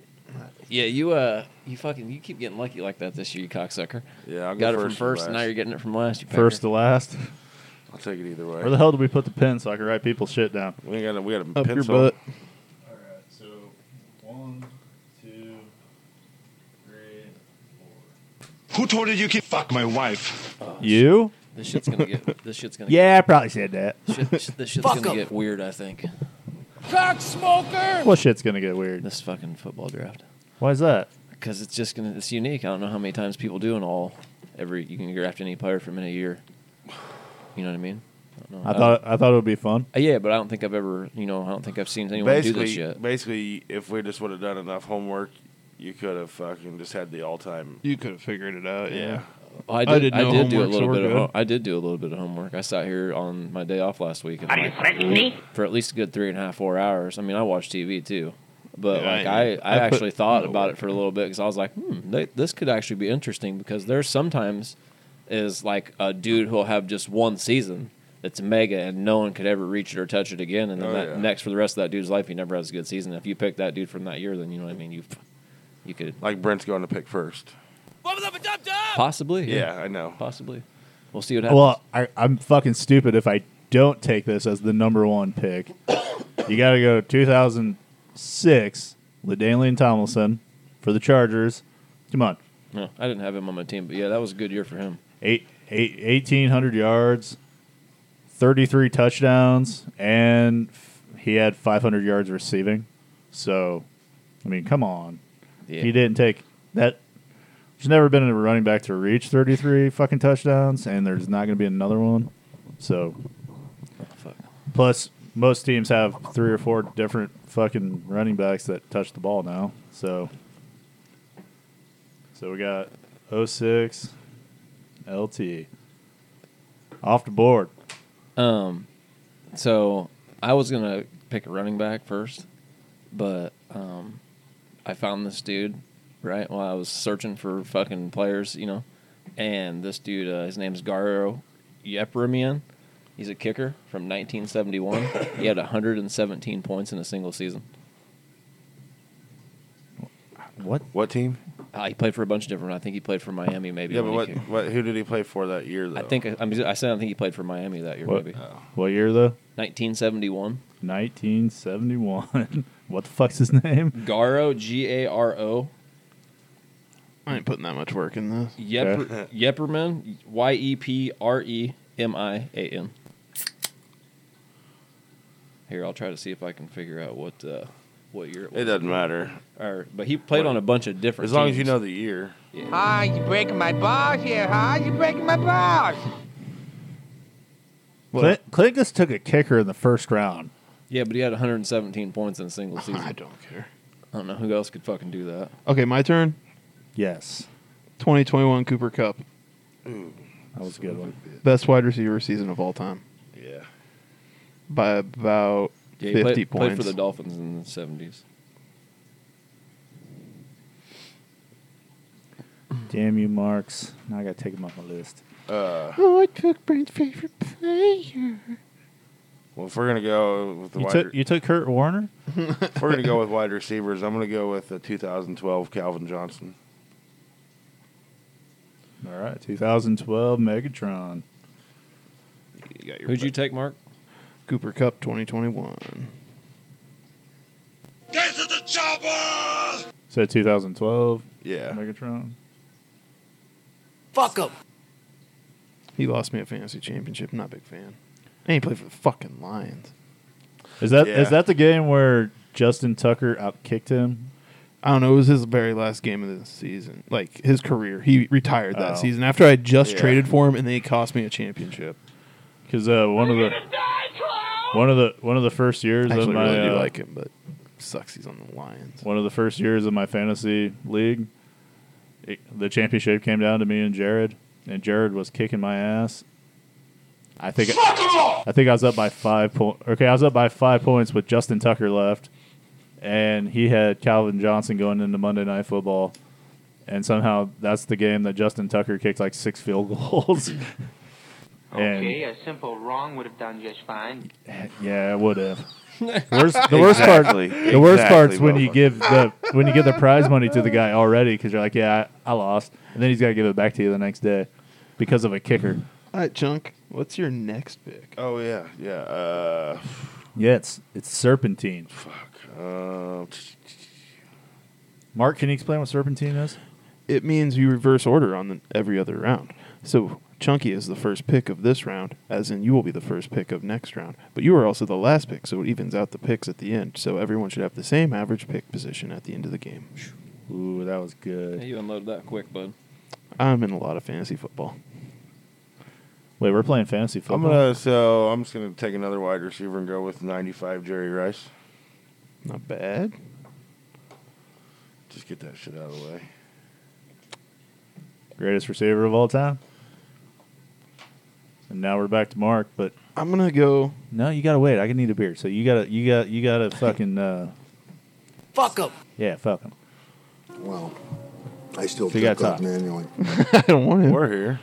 Speaker 3: Yeah, you uh, you fucking, you keep getting lucky like that this year, you cocksucker.
Speaker 2: Yeah, I'll go
Speaker 3: Got it
Speaker 2: first
Speaker 3: from
Speaker 2: and
Speaker 3: first, and now
Speaker 2: last.
Speaker 3: you're getting it from last. You
Speaker 1: First
Speaker 3: pecker.
Speaker 1: to last.
Speaker 2: I'll take it either way.
Speaker 1: Where the hell did we put the pen so I can write people's shit down?
Speaker 2: we got a we got a
Speaker 4: up
Speaker 2: pencil.
Speaker 4: your butt.
Speaker 1: All right, so one, two, three, four.
Speaker 5: Who told you you can fuck my wife?
Speaker 1: You?
Speaker 3: This shit's gonna get. This shit's gonna.
Speaker 1: Yeah, I probably said that.
Speaker 3: Get, shit, this shit's
Speaker 9: Fuck
Speaker 3: gonna
Speaker 9: 'em.
Speaker 3: get weird. I think
Speaker 1: Well, shit's gonna get weird.
Speaker 3: this fucking football draft.
Speaker 1: Why's that?
Speaker 3: Because it's just gonna it's unique. I don't know how many times people do an all every you can draft any player from in a year. You know what I mean? I, don't know.
Speaker 1: I thought I thought it would be fun.
Speaker 3: Uh, yeah, but I don't think I've ever you know I don't think I've seen anyone do this
Speaker 2: Basically,
Speaker 3: yet.
Speaker 2: basically, if we just would have done enough homework, you could have fucking just had the all time.
Speaker 4: You could have figured it out. Yeah.
Speaker 3: Oh, I did I,
Speaker 4: did no
Speaker 3: did do a
Speaker 4: homework, so
Speaker 3: little
Speaker 4: we're
Speaker 3: bit of
Speaker 4: good.
Speaker 3: ho- I did do a little bit of homework. I sat here on my day off last week and
Speaker 5: Are you
Speaker 3: like,
Speaker 5: threatening me?
Speaker 3: for at least a good three and a half four hours. I mean I watched TV too. But
Speaker 4: Yeah, I
Speaker 3: like
Speaker 4: know.
Speaker 3: I, I,
Speaker 4: I put
Speaker 3: actually thought
Speaker 4: no
Speaker 3: about it
Speaker 4: work
Speaker 3: for a little bit because I was like, hmm, they, this could actually be interesting because there's sometimes is like a dude who'll have just one season that's mega and no one could ever reach it or touch it again, and then
Speaker 2: Oh,
Speaker 3: that
Speaker 2: yeah.
Speaker 3: next for the rest of that dude's life, he never has a good season. If you pick that dude from that year, then you know what I mean. You you could
Speaker 2: Like Brent's going to pick first.
Speaker 3: possibly,
Speaker 2: Yeah, I know.
Speaker 3: possibly. We'll see what happens.
Speaker 1: Well, I, I'm fucking stupid if I don't take this as the number one pick. you got to go 2006, Ladainian Tomlinson for the Chargers. Come on,
Speaker 3: no, I didn't have him on my team, but yeah, that was a good year for him.
Speaker 1: eight, eight, 1,800 yards, 33 touchdowns, and f- he had 500 yards receiving. So, I mean, come on.
Speaker 3: Yeah.
Speaker 1: He didn't take that. There's never been a running back to reach 33 fucking touchdowns, and there's not going to be another one. So,
Speaker 3: Fuck.
Speaker 1: plus, most teams have three or four different fucking running backs that touch the ball oh now. So, so we got 06, LTE. Off the board.
Speaker 3: Um, so I was gonna pick a running back first, but um, I found this dude right while I was searching for fucking players, you know, and this dude, uh, his name's Garo Yepremian. He's a kicker from 1971. he had 117 points in a single season.
Speaker 1: What?
Speaker 2: What team?
Speaker 3: Uh, he played for a bunch of different. I think he played for Miami, maybe.
Speaker 2: Yeah, but
Speaker 3: when he
Speaker 2: what,
Speaker 3: came-
Speaker 2: what? Who did he play for that year? Though
Speaker 3: I think I, mean, I said I don't think he played for Miami that year,
Speaker 1: What?
Speaker 3: maybe.
Speaker 2: Uh,
Speaker 1: What year though?
Speaker 3: 1971.
Speaker 1: 1971. what the fuck's his name?
Speaker 3: Garo G A R O
Speaker 4: I ain't putting that much work in this.
Speaker 3: Yeper, Yeperman, Y E P R E M I A N. Here, I'll try to see if I can figure out what uh, what year it was.
Speaker 2: it doesn't matter
Speaker 3: Or, but he played on a bunch of different.
Speaker 2: as long as you
Speaker 3: teams.
Speaker 2: know the year.
Speaker 9: Ah, you breaking my balls here, huh? You breaking my balls.
Speaker 1: Clint, Clint just took a kicker in the first round.
Speaker 3: Yeah, but he had 117 points in a single season.
Speaker 4: I
Speaker 3: I
Speaker 4: don't care.
Speaker 3: don't know who else could fucking do that.
Speaker 4: Okay, my turn.
Speaker 1: Yes,
Speaker 4: 2021 Cooper Cup,
Speaker 1: that was a good one.
Speaker 4: best wide receiver season of all time
Speaker 2: Yeah,
Speaker 4: by about
Speaker 3: Yeah, he
Speaker 4: 50
Speaker 3: played,
Speaker 4: points.
Speaker 3: played for the Dolphins in the 70s.
Speaker 1: Damn you, Marks. Now I gotta take him off my list.
Speaker 4: oh, I took Brent's favorite player.
Speaker 2: Well, if we're gonna go with the
Speaker 1: You
Speaker 2: wide,
Speaker 1: took you took Kurt Warner.
Speaker 2: if we're gonna go with wide receivers, I'm gonna go with the 2012 Calvin Johnson.
Speaker 1: All right, 2012 Megatron.
Speaker 4: You got your
Speaker 3: Who'd you take, Mark?
Speaker 4: Cooper Cup 2021.
Speaker 5: This is a chopper!
Speaker 1: So 2012
Speaker 2: Yeah,
Speaker 1: Megatron.
Speaker 9: Fuck 'em.
Speaker 4: He lost me a fantasy championship. Not a big fan. And he played for the fucking Lions.
Speaker 1: Is that is
Speaker 2: Yeah.
Speaker 1: that the game where Justin Tucker outkicked him?
Speaker 4: I don't know. It was his very last game of the season, like his career. He retired that
Speaker 1: Oh.
Speaker 4: season after I just
Speaker 2: Yeah.
Speaker 4: traded for him, and they cost me a championship.
Speaker 1: Because uh, one of the one of the one of the first years
Speaker 4: I
Speaker 1: of
Speaker 4: actually
Speaker 1: my
Speaker 4: really do
Speaker 1: uh,
Speaker 4: like him, but sucks he's on the Lions.
Speaker 1: one of the first years of my fantasy league, it, the championship came down to me and Jared, and Jared was kicking my ass. I think
Speaker 5: Fuck them all!
Speaker 1: I think I was up by five points. Okay, I was up by five points with Justin Tucker left, and he had Calvin Johnson going into Monday Night Football, and somehow that's the game that Justin Tucker kicked like six field goals. and
Speaker 9: a simple wrong would have done just fine.
Speaker 1: yeah, I would have. Worst, the worst part.
Speaker 2: Exactly.
Speaker 1: The worst part's
Speaker 2: Exactly,
Speaker 1: when you
Speaker 2: Bubba.
Speaker 1: give the when you give the prize money to the guy already because you're like, yeah, I, I lost, and then he's got to give it back to you the next day because of a kicker.
Speaker 4: All right, Chunk. What's your next pick?
Speaker 2: Oh yeah, yeah. Uh,
Speaker 1: Yeah, it's it's serpentine.
Speaker 2: fuck. Uh,
Speaker 1: Mark, can you explain what serpentine is?
Speaker 4: It means you reverse order on the, every other round. So Chunky is the first pick of this round, as in you will be the first pick of next round. But you are also the last pick, so it evens out the picks at the end. So everyone should have the same average pick position at the end of the game.
Speaker 1: Ooh, that was good.
Speaker 3: you unloaded that quick, bud.
Speaker 4: I'm in a lot of fantasy football.
Speaker 1: Wait, we're playing fantasy football.
Speaker 2: I'm gonna so I'm just gonna take another wide receiver and go with 95 Jerry Rice.
Speaker 4: Not bad.
Speaker 2: Just get that shit out of the way.
Speaker 1: Greatest receiver of all time. And now we're back to Mark, but
Speaker 4: I'm gonna go.
Speaker 1: no, you gotta wait. I can need a beer, so you gotta, you got, you gotta fucking, uh,
Speaker 9: Fuck 'em.
Speaker 1: yeah, fuck him.
Speaker 6: Well, I still
Speaker 1: So you
Speaker 6: jerk
Speaker 1: got
Speaker 6: off
Speaker 1: top.
Speaker 6: manually.
Speaker 4: I don't want him.
Speaker 2: We're here.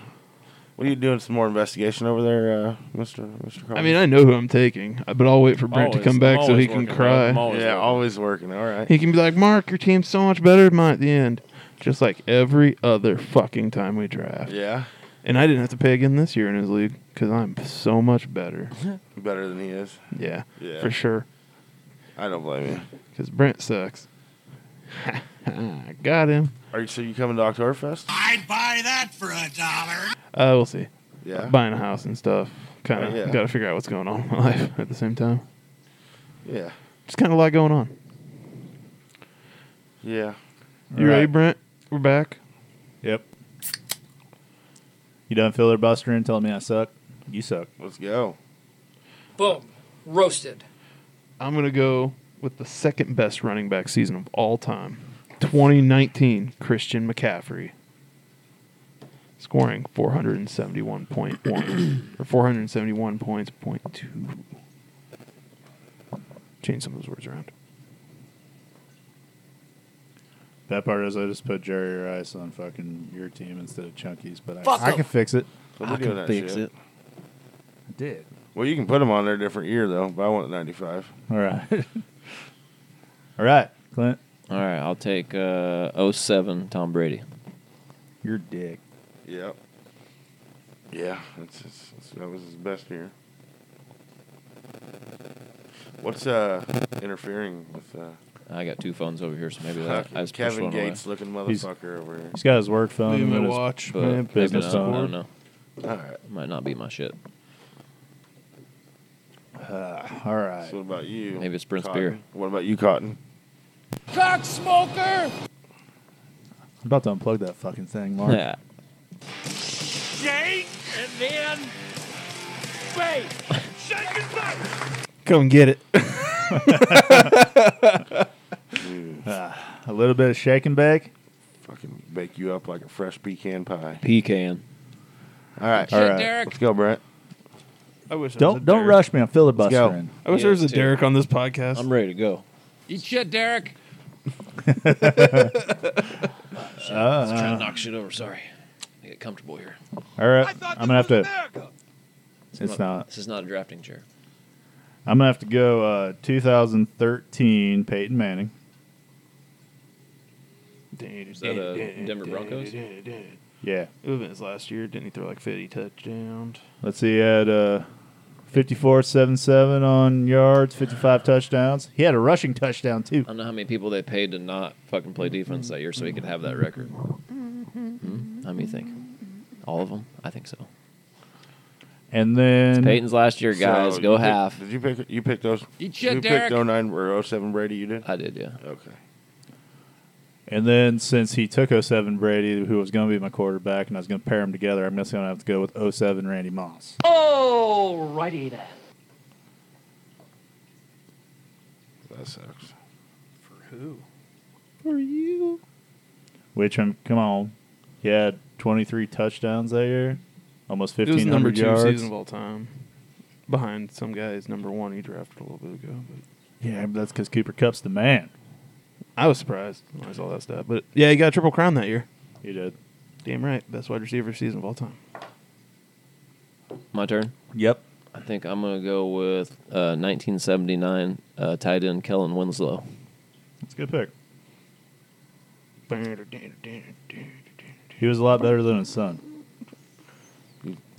Speaker 2: What are you doing? Some more investigation over there, uh, Mister Mister.
Speaker 4: I mean, I know who I'm taking, uh, but I'll wait for Brent
Speaker 3: Always-
Speaker 4: to come back so
Speaker 3: always
Speaker 4: he can
Speaker 3: working, bud. I'm
Speaker 4: cry.
Speaker 3: always
Speaker 2: yeah,
Speaker 3: working.
Speaker 2: always working. All right.
Speaker 4: He can be like, "Mark, your team's so much better than mine at the end." Just like every other fucking time we draft.
Speaker 2: Yeah,
Speaker 4: And I didn't have to pay again this year in his league because I'm so much better.
Speaker 2: better than he is.
Speaker 4: yeah,
Speaker 2: Yeah.
Speaker 4: for sure.
Speaker 2: I don't blame you.
Speaker 4: Because Brent sucks. I got him.
Speaker 2: Are you, so you coming to Oktoberfest?
Speaker 5: I'd buy that for a dollar!
Speaker 4: Uh, we'll see.
Speaker 2: Yeah.
Speaker 4: Buying a house and stuff. Kind of
Speaker 2: Oh, yeah.
Speaker 4: got to figure out what's going on in my life at the same time.
Speaker 2: Yeah.
Speaker 4: Just kind of a lot going on.
Speaker 2: Yeah.
Speaker 4: You
Speaker 1: Right.
Speaker 4: ready, Brent? We're back.
Speaker 1: Yep. You done filibustering, telling me I suck? You suck.
Speaker 2: Let's go.
Speaker 10: Boom. Roasted.
Speaker 4: I'm gonna go with the second best running back season of all time, 2019 Christian McCaffrey. scoring 471.1 or 471 points, point two. Change some of those words around.
Speaker 1: That part is I just put Jerry Rice on fucking your team instead of Chunky's, but
Speaker 5: Fuck
Speaker 1: I, I
Speaker 5: 'em.
Speaker 1: can fix it.
Speaker 2: But we're doing that shit.
Speaker 1: I did.
Speaker 2: Well, you can put them on there different year though. But I want ninety five.
Speaker 1: All right. All right, Clint.
Speaker 3: All right, I'll take uh, 07 Tom Brady.
Speaker 1: Your dick.
Speaker 2: Yep. Yeah, that's, that's, that's- that was his best year. What's uh interfering with uh,
Speaker 3: I got two phones over here, so maybe that
Speaker 2: fucking
Speaker 3: I just pushed
Speaker 2: Kevin
Speaker 3: one away.
Speaker 2: Gates looking motherfucker over here?
Speaker 1: He's got his work phone.
Speaker 4: Leave
Speaker 1: and
Speaker 4: my
Speaker 1: his-
Speaker 4: watch.
Speaker 3: But
Speaker 4: man.
Speaker 3: maybe
Speaker 1: business
Speaker 3: not, I
Speaker 1: card.
Speaker 3: don't know.
Speaker 2: All right.
Speaker 3: Might not be my shit.
Speaker 1: Uh, all right.
Speaker 2: So what about you?
Speaker 3: Maybe it's Prince
Speaker 2: Cotton?
Speaker 3: Beer.
Speaker 2: What about you, Cotton?
Speaker 10: Cock smoker!
Speaker 1: I'm about to unplug that fucking thing, Mark.
Speaker 3: Yeah.
Speaker 10: Shake and then bake. Shake and bake.
Speaker 4: Come get it.
Speaker 1: A little bit of shake and bake.
Speaker 2: Fucking bake you up like a fresh pecan pie.
Speaker 3: Pecan.
Speaker 2: All right,
Speaker 10: Shit,
Speaker 1: All right.
Speaker 10: Derek.
Speaker 2: let's go, Brent.
Speaker 4: I wish. there was
Speaker 1: Don't
Speaker 4: a
Speaker 1: don't
Speaker 4: Derek.
Speaker 1: rush me. I'm filibustering.
Speaker 4: I wish
Speaker 3: Yeah,
Speaker 4: there was a
Speaker 3: too.
Speaker 4: Derek on this podcast.
Speaker 3: I'm ready to go.
Speaker 10: Eat shit, Derek.
Speaker 1: Ah.
Speaker 3: Just trying to knock shit over. Sorry. I get comfortable here.
Speaker 1: All right. I'm gonna have to. It's not.
Speaker 3: This is not a drafting chair.
Speaker 1: I'm gonna have to go uh, 2013 Peyton Manning.
Speaker 4: Is
Speaker 3: that, uh, Denver Broncos?
Speaker 4: It
Speaker 1: Yeah.
Speaker 4: would have been his last year. Didn't he throw like 50 touchdowns?
Speaker 1: Let's see. He had uh, 54 7 7 on yards, 55 touchdowns. He had a rushing touchdown, too.
Speaker 3: I don't know how many people they paid to not fucking play defense that year so he could have that record. Hmm? How many think? All of them? I think so.
Speaker 1: And then.
Speaker 3: Peyton's last year, guys.
Speaker 2: So
Speaker 3: go
Speaker 2: you pick-
Speaker 3: half.
Speaker 2: Did you pick? You picked those?
Speaker 10: Eat shit,
Speaker 2: you
Speaker 10: Derek.
Speaker 2: picked 09 or 07 Brady? You did.
Speaker 3: I did, yeah.
Speaker 2: Okay.
Speaker 1: And then since he took 07 Brady, who was going to be my quarterback, and I was going to pair them together, I'm just going to have to go with 07 Randy Moss.
Speaker 10: Alrighty then.
Speaker 2: That sucks.
Speaker 1: Which, I'm, come on, he had 23 touchdowns that year, almost
Speaker 4: It was number
Speaker 1: 1,500
Speaker 4: two
Speaker 1: yards.
Speaker 4: season of all time. Behind some guys, number one he drafted a little bit ago. But
Speaker 1: Yeah, but that's because Cooper Cup's the man.
Speaker 4: I was surprised when I saw that stat. But yeah, he got a triple crown that year.
Speaker 1: He did.
Speaker 4: Damn right. Best wide receiver season of all time.
Speaker 3: My turn.
Speaker 1: Yep.
Speaker 3: I think I'm going to go with uh, 1979 uh, tight end Kellen Winslow.
Speaker 1: That's a good pick. He was a lot better than his son.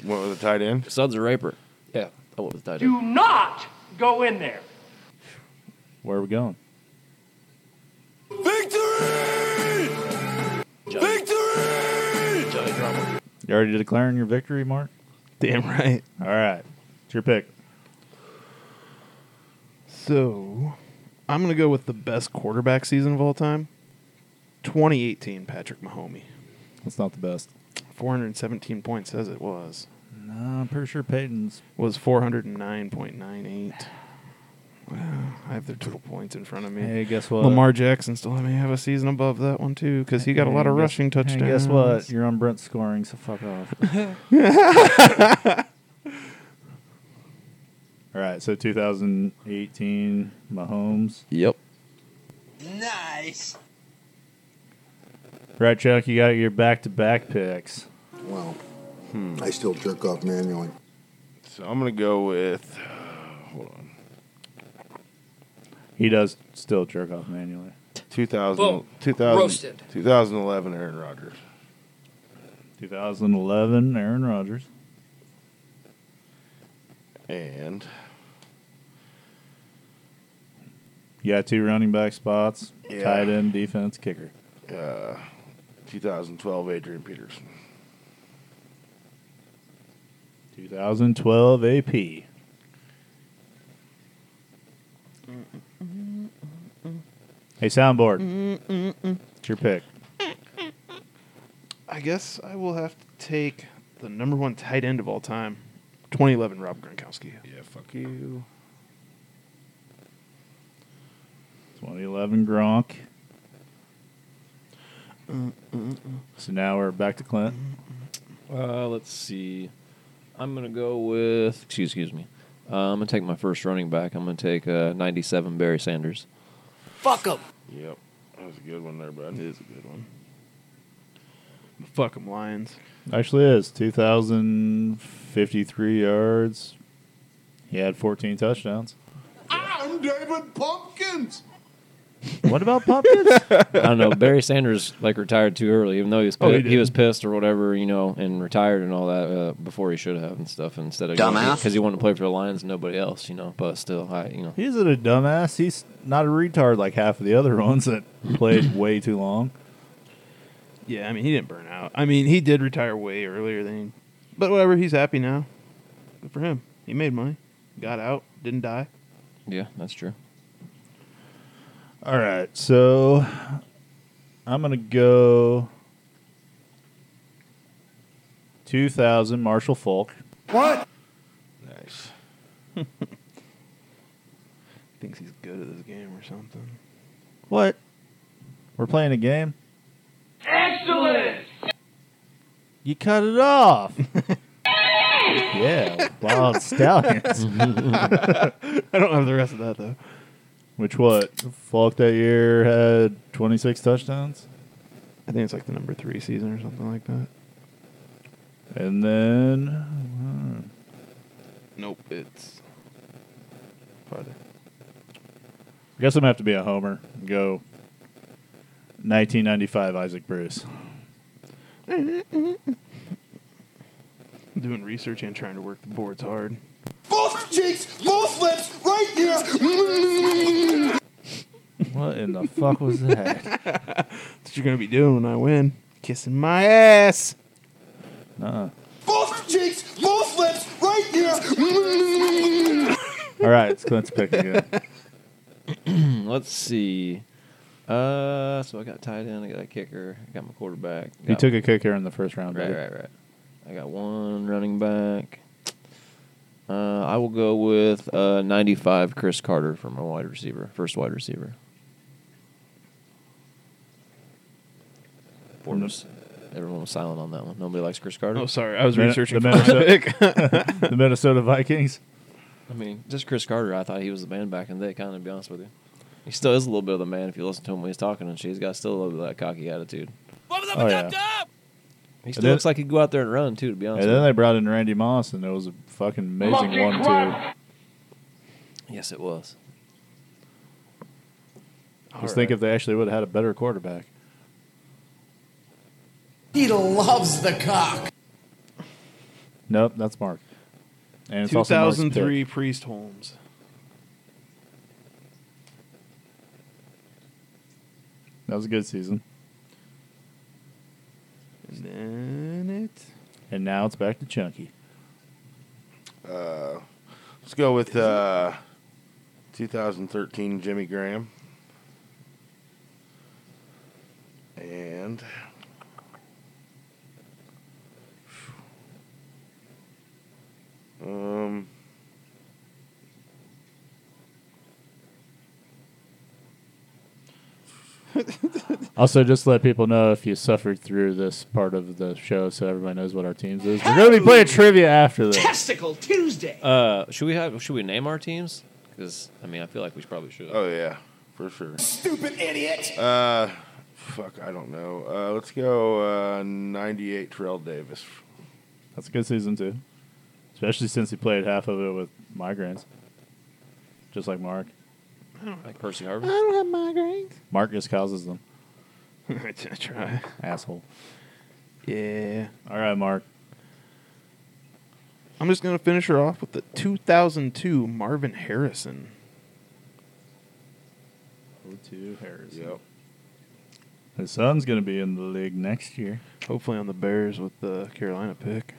Speaker 2: What was the tight end?
Speaker 3: Son's a raper. Yeah. I went with tight end.
Speaker 10: Do not go in there.
Speaker 1: Where are we going? You already declaring your victory, Mark?
Speaker 4: Damn right.
Speaker 1: All right. It's your pick.
Speaker 4: So I'm going to go with the best quarterback season of all time 2018 Patrick Mahomey.
Speaker 1: That's not the best.
Speaker 4: 417 points as it was.
Speaker 1: No, I'm pretty sure Peyton's.
Speaker 4: was 409.98. Uh, I have their total points in front of me.
Speaker 1: Hey, guess what?
Speaker 4: Lamar Jackson still may have a season above that one too because he got a lot
Speaker 1: Hey,
Speaker 4: of
Speaker 1: guess-
Speaker 4: rushing touchdowns.
Speaker 1: Hey, guess what? You're on Brent's scoring, so fuck off. All right, so 2018 Mahomes.
Speaker 3: Yep.
Speaker 5: Nice.
Speaker 1: Right, Chuck, you got your back-to-back picks.
Speaker 6: Well,
Speaker 2: Hmm.
Speaker 6: I still jerk off manually.
Speaker 2: So I'm gonna go with. hold on.
Speaker 1: He does still jerk off manually.
Speaker 2: 2000,
Speaker 10: Boom.
Speaker 2: 2000
Speaker 10: Roasted.
Speaker 2: 2011 Aaron Rodgers.
Speaker 1: 2011 Aaron Rodgers.
Speaker 2: And
Speaker 1: You got two running back spots,
Speaker 2: Yeah.
Speaker 1: tight end, defense, kicker.
Speaker 2: uh, 2012 Adrian Peterson.
Speaker 1: 2012 AP. Hey, soundboard. It's your pick.
Speaker 4: I guess I will have to take the number one tight end of all time, 2011 Rob Gronkowski.
Speaker 2: Yeah, fuck you.
Speaker 1: 2011 Gronk. So now we're back to Clint.
Speaker 3: Uh, let's see. I'm gonna go with. Excuse, excuse me. Uh, I'm gonna take my first running back. I'm gonna take uh, 97 Barry Sanders.
Speaker 5: Fuck him.
Speaker 2: Yep. That was a good one there, bud.
Speaker 4: It is a good one. Fuck them Lions.
Speaker 1: Actually, is 2,053 yards. He had 14 touchdowns.
Speaker 6: I'm David Pumpkins.
Speaker 1: What about Pumpkins?
Speaker 3: I don't know. Barry Sanders like retired too early, even though he was
Speaker 4: Oh, he
Speaker 3: pi- he,
Speaker 4: did.
Speaker 3: was pissed or whatever, you know, and retired and all that uh, before he should have and stuff. Instead of
Speaker 5: Dumbass.
Speaker 3: because he wanted to play for the Lions and nobody else, you know. But still, I you know,
Speaker 1: He isn't a dumbass. He's not a retard like half of the other ones that played way too long.
Speaker 4: Yeah, I mean, he didn't burn out. I mean, he did retire way earlier than he. But whatever, he's happy now. Good for him. He made money, got out, didn't die.
Speaker 3: yeah, that's true.
Speaker 1: All right, so I'm gonna go two thousand Marshall Falk.
Speaker 2: Nice.
Speaker 4: Thinks he's good at this game or something.
Speaker 1: What? We're playing a game.
Speaker 10: Excellent!
Speaker 1: You cut it off. yeah, wild stallions.
Speaker 4: I don't have the rest of that though.
Speaker 1: Which what? Falk that year had 26 touchdowns,
Speaker 4: I think it's like the number three season or something like that.
Speaker 1: and then
Speaker 4: Nope, it's farther.
Speaker 1: I guess I'm gonna have to be a homer and go 1995 Isaac Bruce.
Speaker 4: Doing research and trying to work the boards hard.
Speaker 6: Both cheeks, both lips, right here.
Speaker 1: What in the fuck was that?
Speaker 4: That's what you're gonna be doing when I win. Kissing my ass.
Speaker 1: Uh-uh.
Speaker 6: Both cheeks, both lips, right here.
Speaker 1: All right, it's Clint's pick again.
Speaker 3: Hmm, Let's see. Uh, so I got tight end. I got a kicker. I got my quarterback.
Speaker 1: He
Speaker 3: got-
Speaker 1: took a kicker in the first round.
Speaker 3: Right,
Speaker 1: didn't he?
Speaker 3: right, right. I got one running back. Uh, I will go with uh, 95 Chris Carter for my wide receiver, first wide receiver.
Speaker 1: From the-
Speaker 3: Just- Everyone was silent on that one. Nobody likes Chris Carter.
Speaker 4: Oh, sorry, I was
Speaker 1: Min- the
Speaker 4: researching for my
Speaker 1: Minnesota-
Speaker 4: pick.
Speaker 1: the Minnesota Vikings.
Speaker 3: I mean, just Chris Carter. I thought he was the man back in the day. Kind of to be honest with you, he still is a little bit of the man if you listen to him when he's talking and shit. He's got still a little bit of that cocky attitude.
Speaker 1: Oh, yeah.
Speaker 3: He
Speaker 1: And
Speaker 3: still
Speaker 1: then-
Speaker 3: looks like he'd go out there and run too. To be honest,
Speaker 1: And then
Speaker 3: with
Speaker 1: they brought in Randy Moss, and it was a fucking amazing
Speaker 10: Monkey
Speaker 1: one-two.
Speaker 10: crap.
Speaker 3: you. yes, it was.
Speaker 1: Just think if they actually would have had a better quarterback.
Speaker 5: He loves the cock.
Speaker 1: Nope, that's Mark. And it's also Mark's pick.
Speaker 4: 2003 Priest Holmes.
Speaker 1: That was a good season.
Speaker 4: And then it.
Speaker 1: And now it's back to Chunky.
Speaker 2: Uh, let's go with uh, 2013 Jimmy Graham. And um,
Speaker 1: Also, just to let people know if you suffered through this part of the show, so everybody knows what our teams is. We're going to be playing trivia after this.
Speaker 5: Testicle Tuesday.
Speaker 3: Uh, should we have? Should we name our teams? Because I mean, I feel like we probably should.
Speaker 2: oh yeah, for sure.
Speaker 5: Stupid idiot.
Speaker 2: Uh, fuck, I don't know. Uh, let's go uh, 98 Terrell Davis.
Speaker 1: That's a good season too, especially since he played half of it with migraines, just like Mark.
Speaker 3: like Percy Harvin.
Speaker 4: don't have migraines.
Speaker 1: Mark just causes them,
Speaker 4: I try.
Speaker 1: asshole.
Speaker 4: Yeah.
Speaker 1: All right, Mark.
Speaker 4: I'm just gonna finish her off with the 2002 Marvin Harrison.
Speaker 1: O2 Harris.
Speaker 2: Yep.
Speaker 1: His son's going to be in the league next year.
Speaker 4: Hopefully on the Bears with the Carolina pick.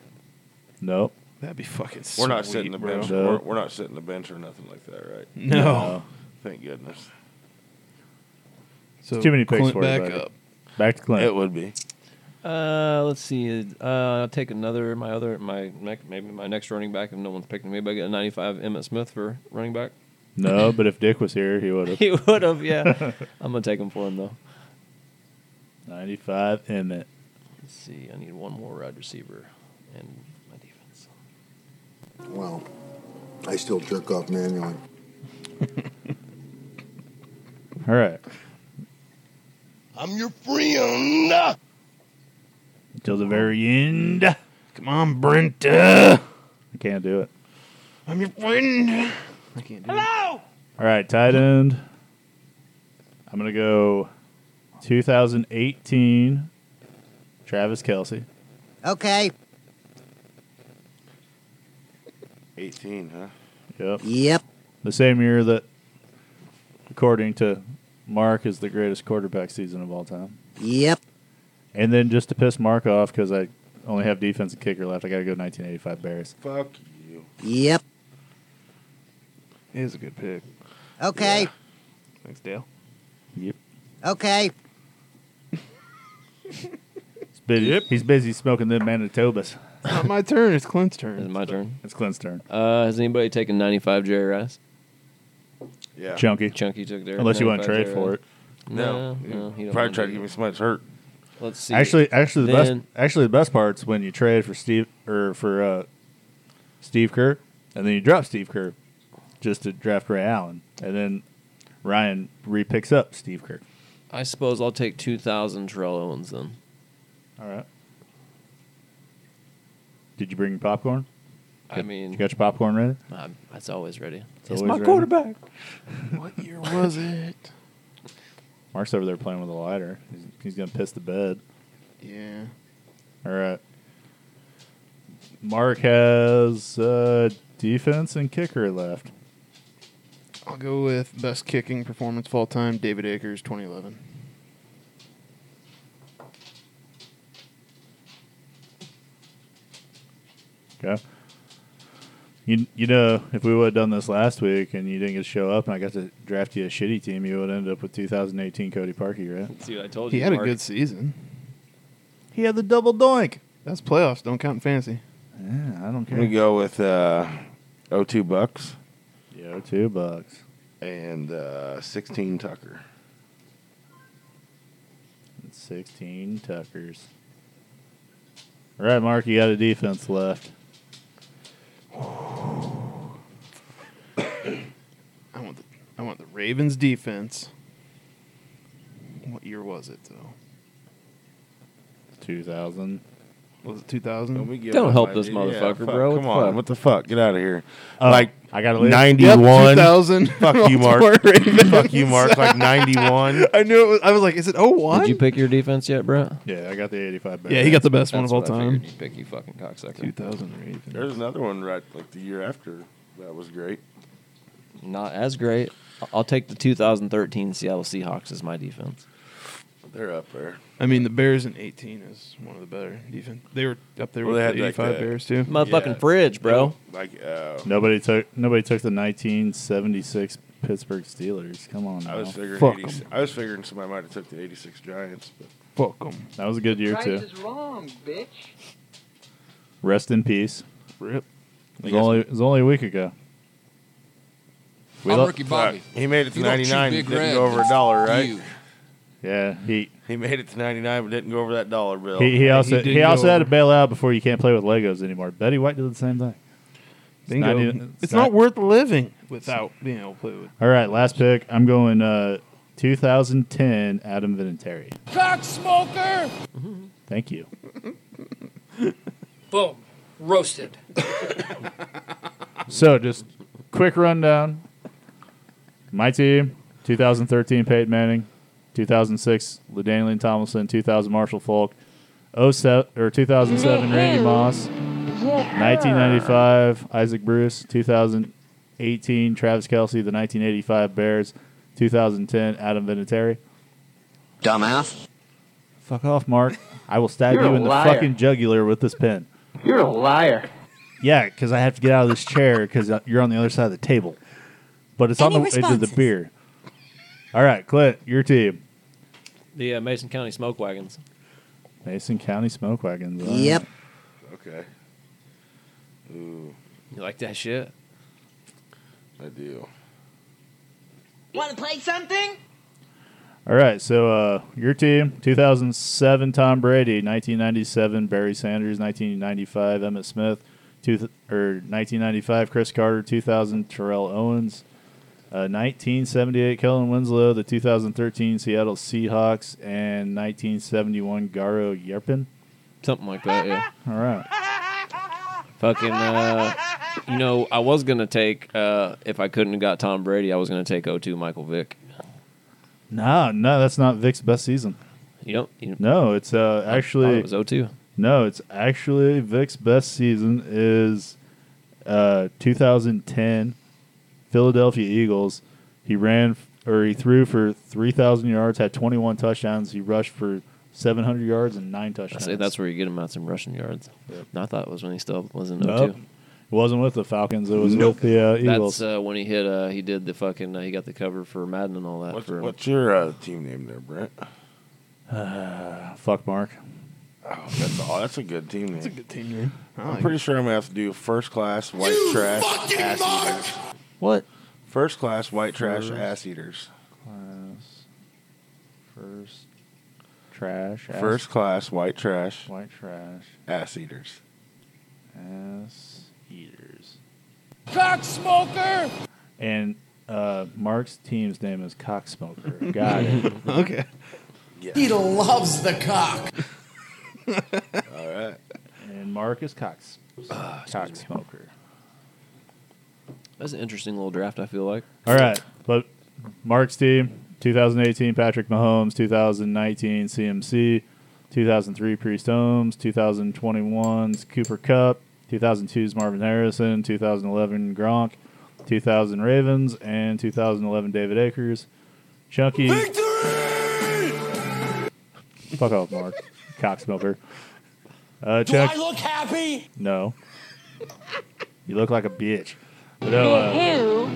Speaker 1: Nope.
Speaker 4: That'd be fucking.
Speaker 2: We're not
Speaker 4: sweet,
Speaker 2: sitting the
Speaker 4: bro. Mm.
Speaker 2: bench.
Speaker 1: No.
Speaker 2: We're, we're not sitting the bench or nothing like that, right?
Speaker 4: No.
Speaker 2: Thank goodness.
Speaker 4: So
Speaker 1: Too many picks
Speaker 4: Clint
Speaker 1: for you,
Speaker 4: back
Speaker 1: buddy.
Speaker 4: up.
Speaker 1: Back to Clint.
Speaker 2: It would be.
Speaker 3: Uh, let's see. Uh, I'll take another. My other. My nec- maybe my next running back. If no one's picking me, but I get a 95 Emmett Smith for running back.
Speaker 1: no, but if Dick was here, he would have.
Speaker 3: He would have. Yeah, I'm gonna take him for him though.
Speaker 1: 95 Emmett.
Speaker 3: Let's see. I need one more wide receiver. and my defense.
Speaker 11: Well, I still jerk off manually.
Speaker 1: All right.
Speaker 6: I'm your friend.
Speaker 1: Till the very end.
Speaker 4: Come on, Brent. I
Speaker 1: can't do it.
Speaker 4: I'm your friend.
Speaker 1: I can't do Hello! All right, tight end. I'm going to go 2018 Travis Kelsey.
Speaker 12: Okay.
Speaker 2: 18, huh?
Speaker 1: Yep.
Speaker 12: Yep.
Speaker 1: The same year that, according to Mark, is the greatest quarterback season of all time.
Speaker 12: Yep.
Speaker 1: And then just to piss Mark off, because I only have defense and kicker left, I got to go 1985 Bears.
Speaker 2: Fuck you.
Speaker 12: Yep.
Speaker 4: It is a good pick.
Speaker 12: Okay.
Speaker 4: Thanks, Dale.
Speaker 1: Yep.
Speaker 12: Okay.
Speaker 1: He's busy, he's busy smoking them Manitobas.
Speaker 4: It's not my turn. It's Clint's turn.
Speaker 3: It's my turn.
Speaker 1: It's Clint's turn.
Speaker 3: Uh, has anybody taken 95 Jerry Rice?
Speaker 2: Yeah.
Speaker 1: Chunky.
Speaker 3: Chunky took Jerry.
Speaker 1: Unless you want to
Speaker 3: 95
Speaker 1: trade
Speaker 3: Jerry
Speaker 1: for
Speaker 3: Rice.
Speaker 1: it.
Speaker 3: No,
Speaker 2: No.
Speaker 3: no, he
Speaker 2: you probably
Speaker 3: don't wanna
Speaker 2: try to
Speaker 3: do
Speaker 2: give me so much hurt.
Speaker 3: Let's see.
Speaker 1: Actually, actually, the
Speaker 3: Then-
Speaker 1: best, actually the best part is when you trade for Steve or for uh, Steve Kerr, and then you drop Steve Kerr just to draft Ray Allen, and then Ryan re-picks up Steve Kerr.
Speaker 3: I suppose I'll take 2,000 Terrell Owens then.
Speaker 1: All right. Did you bring your popcorn?
Speaker 3: I mean,
Speaker 1: you got your popcorn ready?
Speaker 3: I'm, that's always ready.
Speaker 1: It's It's always my ready. quarterback.
Speaker 4: what year was it?
Speaker 1: Mark's over there playing with a lighter. He's, he's gonna piss the bed.
Speaker 4: Yeah.
Speaker 1: All right. Mark has uh, defense and kicker left.
Speaker 4: I'll go with best kicking performance of all time, David Akers, 2011.
Speaker 1: Okay. You you know, if we would have done this last week and you didn't get to show up and I got to draft you a shitty team, you would end up with 2018 Cody Parkey, right?
Speaker 3: See what I told
Speaker 4: He
Speaker 3: you.
Speaker 4: had
Speaker 3: Mark.
Speaker 4: a good season.
Speaker 1: He had the double doink.
Speaker 4: That's playoffs. Don't count in fantasy.
Speaker 1: Yeah, I don't
Speaker 2: I'm going to
Speaker 1: care.
Speaker 2: go with uh, 02 Bucks
Speaker 1: Yo, two bucks.
Speaker 2: and uh, 16 Tucker.
Speaker 1: 16 Tuckers. All right, Mark, you got a defense left.
Speaker 4: I want the I want the Ravens defense. What year was it though?
Speaker 1: 2000.
Speaker 4: Was it 2000?
Speaker 2: Don't, we give
Speaker 3: Don't
Speaker 2: up
Speaker 3: help
Speaker 2: my
Speaker 3: this
Speaker 2: D-
Speaker 3: motherfucker,
Speaker 2: fuck,
Speaker 3: bro. What
Speaker 2: Come
Speaker 3: the
Speaker 2: on.
Speaker 3: fuck?
Speaker 2: What the fuck? Get out of here.
Speaker 1: Oh,
Speaker 2: like
Speaker 1: I gotta leave.
Speaker 2: 91.
Speaker 4: 2000.
Speaker 2: Fuck you, Mark.
Speaker 4: Baltimore Ravens.
Speaker 2: Fuck you, Mark. Like 91.
Speaker 4: I knew it was. I was like, is it 01?
Speaker 3: Did you pick your defense yet, Brett?
Speaker 1: Yeah, I got the 85 back.
Speaker 4: yeah, he got the best one
Speaker 3: That's
Speaker 4: of all
Speaker 3: what I figured
Speaker 4: time.
Speaker 3: you'd pick, you fucking cocksucker.
Speaker 4: 2000 Ravens.
Speaker 2: There's another one right like the year after. That was great.
Speaker 3: Not as great. I- I'll take the 2013 Seattle Seahawks as my defense.
Speaker 2: They're up there.
Speaker 4: I mean, the Bears in 18 is one of the better defense. They were up there
Speaker 2: Well,
Speaker 4: with
Speaker 2: they
Speaker 4: the
Speaker 2: had, like,
Speaker 4: 85
Speaker 2: the-
Speaker 4: Bears too.
Speaker 3: Motherfucking
Speaker 2: Yeah.
Speaker 3: fridge, bro.
Speaker 2: Like uh,
Speaker 1: Nobody took nobody took the 1976 Pittsburgh Steelers. Come on.
Speaker 2: I was
Speaker 1: now.
Speaker 3: Oh,
Speaker 2: figuring
Speaker 4: Fuck
Speaker 2: 80,
Speaker 4: 'em.
Speaker 2: I was figuring somebody might have took the 86 Giants, but
Speaker 4: Fuck them.
Speaker 1: that was a good year too.
Speaker 9: wrong, bitch.
Speaker 1: Rest in peace.
Speaker 4: Rip.
Speaker 1: It was only it was only a week ago.
Speaker 13: I'm
Speaker 1: lo-
Speaker 13: Ricky Bobby.
Speaker 2: Fuck. he made it to
Speaker 13: You don't chew
Speaker 2: 99
Speaker 13: Big
Speaker 2: didn't
Speaker 13: Red,
Speaker 2: go over a dollar, right?
Speaker 13: You.
Speaker 1: Yeah, he
Speaker 2: He made it to 99 but didn't go over that dollar bill.
Speaker 1: he, he also
Speaker 4: did
Speaker 1: he,
Speaker 4: go
Speaker 1: also had to
Speaker 4: over.
Speaker 1: bail out before you can't play with Legos anymore. Betty White did the same thing.
Speaker 4: Bingo.
Speaker 1: not
Speaker 4: It's,
Speaker 1: even- it's
Speaker 4: not,
Speaker 1: not-
Speaker 4: worth living without being able to play with.
Speaker 1: All right, last pick. I'm going uh, 2010 Adam Vinatieri.
Speaker 5: Cock smoker.
Speaker 1: Thank you.
Speaker 5: Boom. Roasted.
Speaker 1: So just quick rundown. My team, 2013 Peyton Manning, 2006 LaDainian Tomlinson, 2000 Marshall Falk, 07 or 2007 Randy Moss, 1995 Isaac Bruce, 2018 Travis Kelsey, the 1985 Bears, 2010 Adam Vinatieri.
Speaker 9: Dumbass.
Speaker 1: Fuck off, Mark. I will stab
Speaker 9: You're
Speaker 1: you
Speaker 9: a
Speaker 1: in the
Speaker 9: liar.
Speaker 1: fucking jugular with this pen.
Speaker 9: You're a liar.
Speaker 1: Yeah, because I have to get out of this chair because you're on the other side of the table. But it's on the
Speaker 14: Any
Speaker 1: way to the
Speaker 14: responses?
Speaker 1: beer. All right, Clint, your team.
Speaker 3: The uh, Mason County Smoke Wagons.
Speaker 1: Mason County Smoke Wagons. all right.
Speaker 12: Yep.
Speaker 2: Okay. Ooh,
Speaker 3: You like that shit?
Speaker 2: I do.
Speaker 9: Want to play something?
Speaker 1: All right, so uh, your team: 2007 Tom Brady, 1997 Barry Sanders, 1995 Emmett Smith, two th- or 1995 Chris Carter, 2000 Terrell Owens, uh, 1978 Kellen Winslow, the 2013 Seattle Seahawks, and 1971 Garo Yerpin.
Speaker 3: Something like that, yeah.
Speaker 1: All right,
Speaker 3: Fucking, uh, you know, I was gonna take uh, if I couldn't have got Tom Brady, I was gonna take O2 Michael Vick.
Speaker 1: nah, no, that's not Vic's best season.
Speaker 3: Yep. You
Speaker 1: No, it's uh, actually
Speaker 3: it was O2.
Speaker 1: No, it's actually Vic's best season is uh, 2010 Philadelphia Eagles. He ran f- or he threw for 3,000 yards, had 21 touchdowns. He rushed for 700 yards and nine
Speaker 3: I
Speaker 1: touchdowns.
Speaker 3: say that's where you get him out some rushing yards. And I thought it was when he still was in
Speaker 1: Nope.
Speaker 3: O2.
Speaker 1: It wasn't with the Falcons. It was
Speaker 3: Nope.
Speaker 1: with the uh, Eagles.
Speaker 3: That's uh, when he hit. Uh, he did the fucking. Uh, he got the cover for Madden and all that.
Speaker 2: What's,
Speaker 3: for him.
Speaker 2: what's your uh, team name there, Brent?
Speaker 3: uh,
Speaker 1: Fuck Mark.
Speaker 2: Oh, that's, all. that's a good team name. That's a good
Speaker 4: team name. I
Speaker 2: I'm
Speaker 4: like
Speaker 2: pretty sure I'm gonna have to do first class white trash ass eaters.
Speaker 1: What?
Speaker 2: First class white trash
Speaker 1: First
Speaker 2: ass eaters.
Speaker 1: Class. First. Trash. ass-
Speaker 2: First class white trash
Speaker 1: White trash.
Speaker 2: ass eaters.
Speaker 1: Ass eaters.
Speaker 5: Cock smoker!
Speaker 1: And uh, Mark's team's name is Cocksmoker. Got it.
Speaker 4: Okay.
Speaker 5: He loves the cock.
Speaker 2: All right.
Speaker 1: And Mark is Cox. Cocksmoker.
Speaker 3: That's an interesting little draft. I feel like.
Speaker 1: All right. But Mark's team 2018 Patrick Mahomes, 2019 CMC, 2003 Priest Holmes, 2021's Cooper Cup, 2002's Marvin Harrison, 2011 Gronk, 2000 Ravens, and 2011 David Akers. Chunky. Fuck off, Mark. Cocksmoker. Uh,
Speaker 10: Do
Speaker 1: Chuck.
Speaker 10: I look happy?
Speaker 1: No. you look like a bitch. No, uh,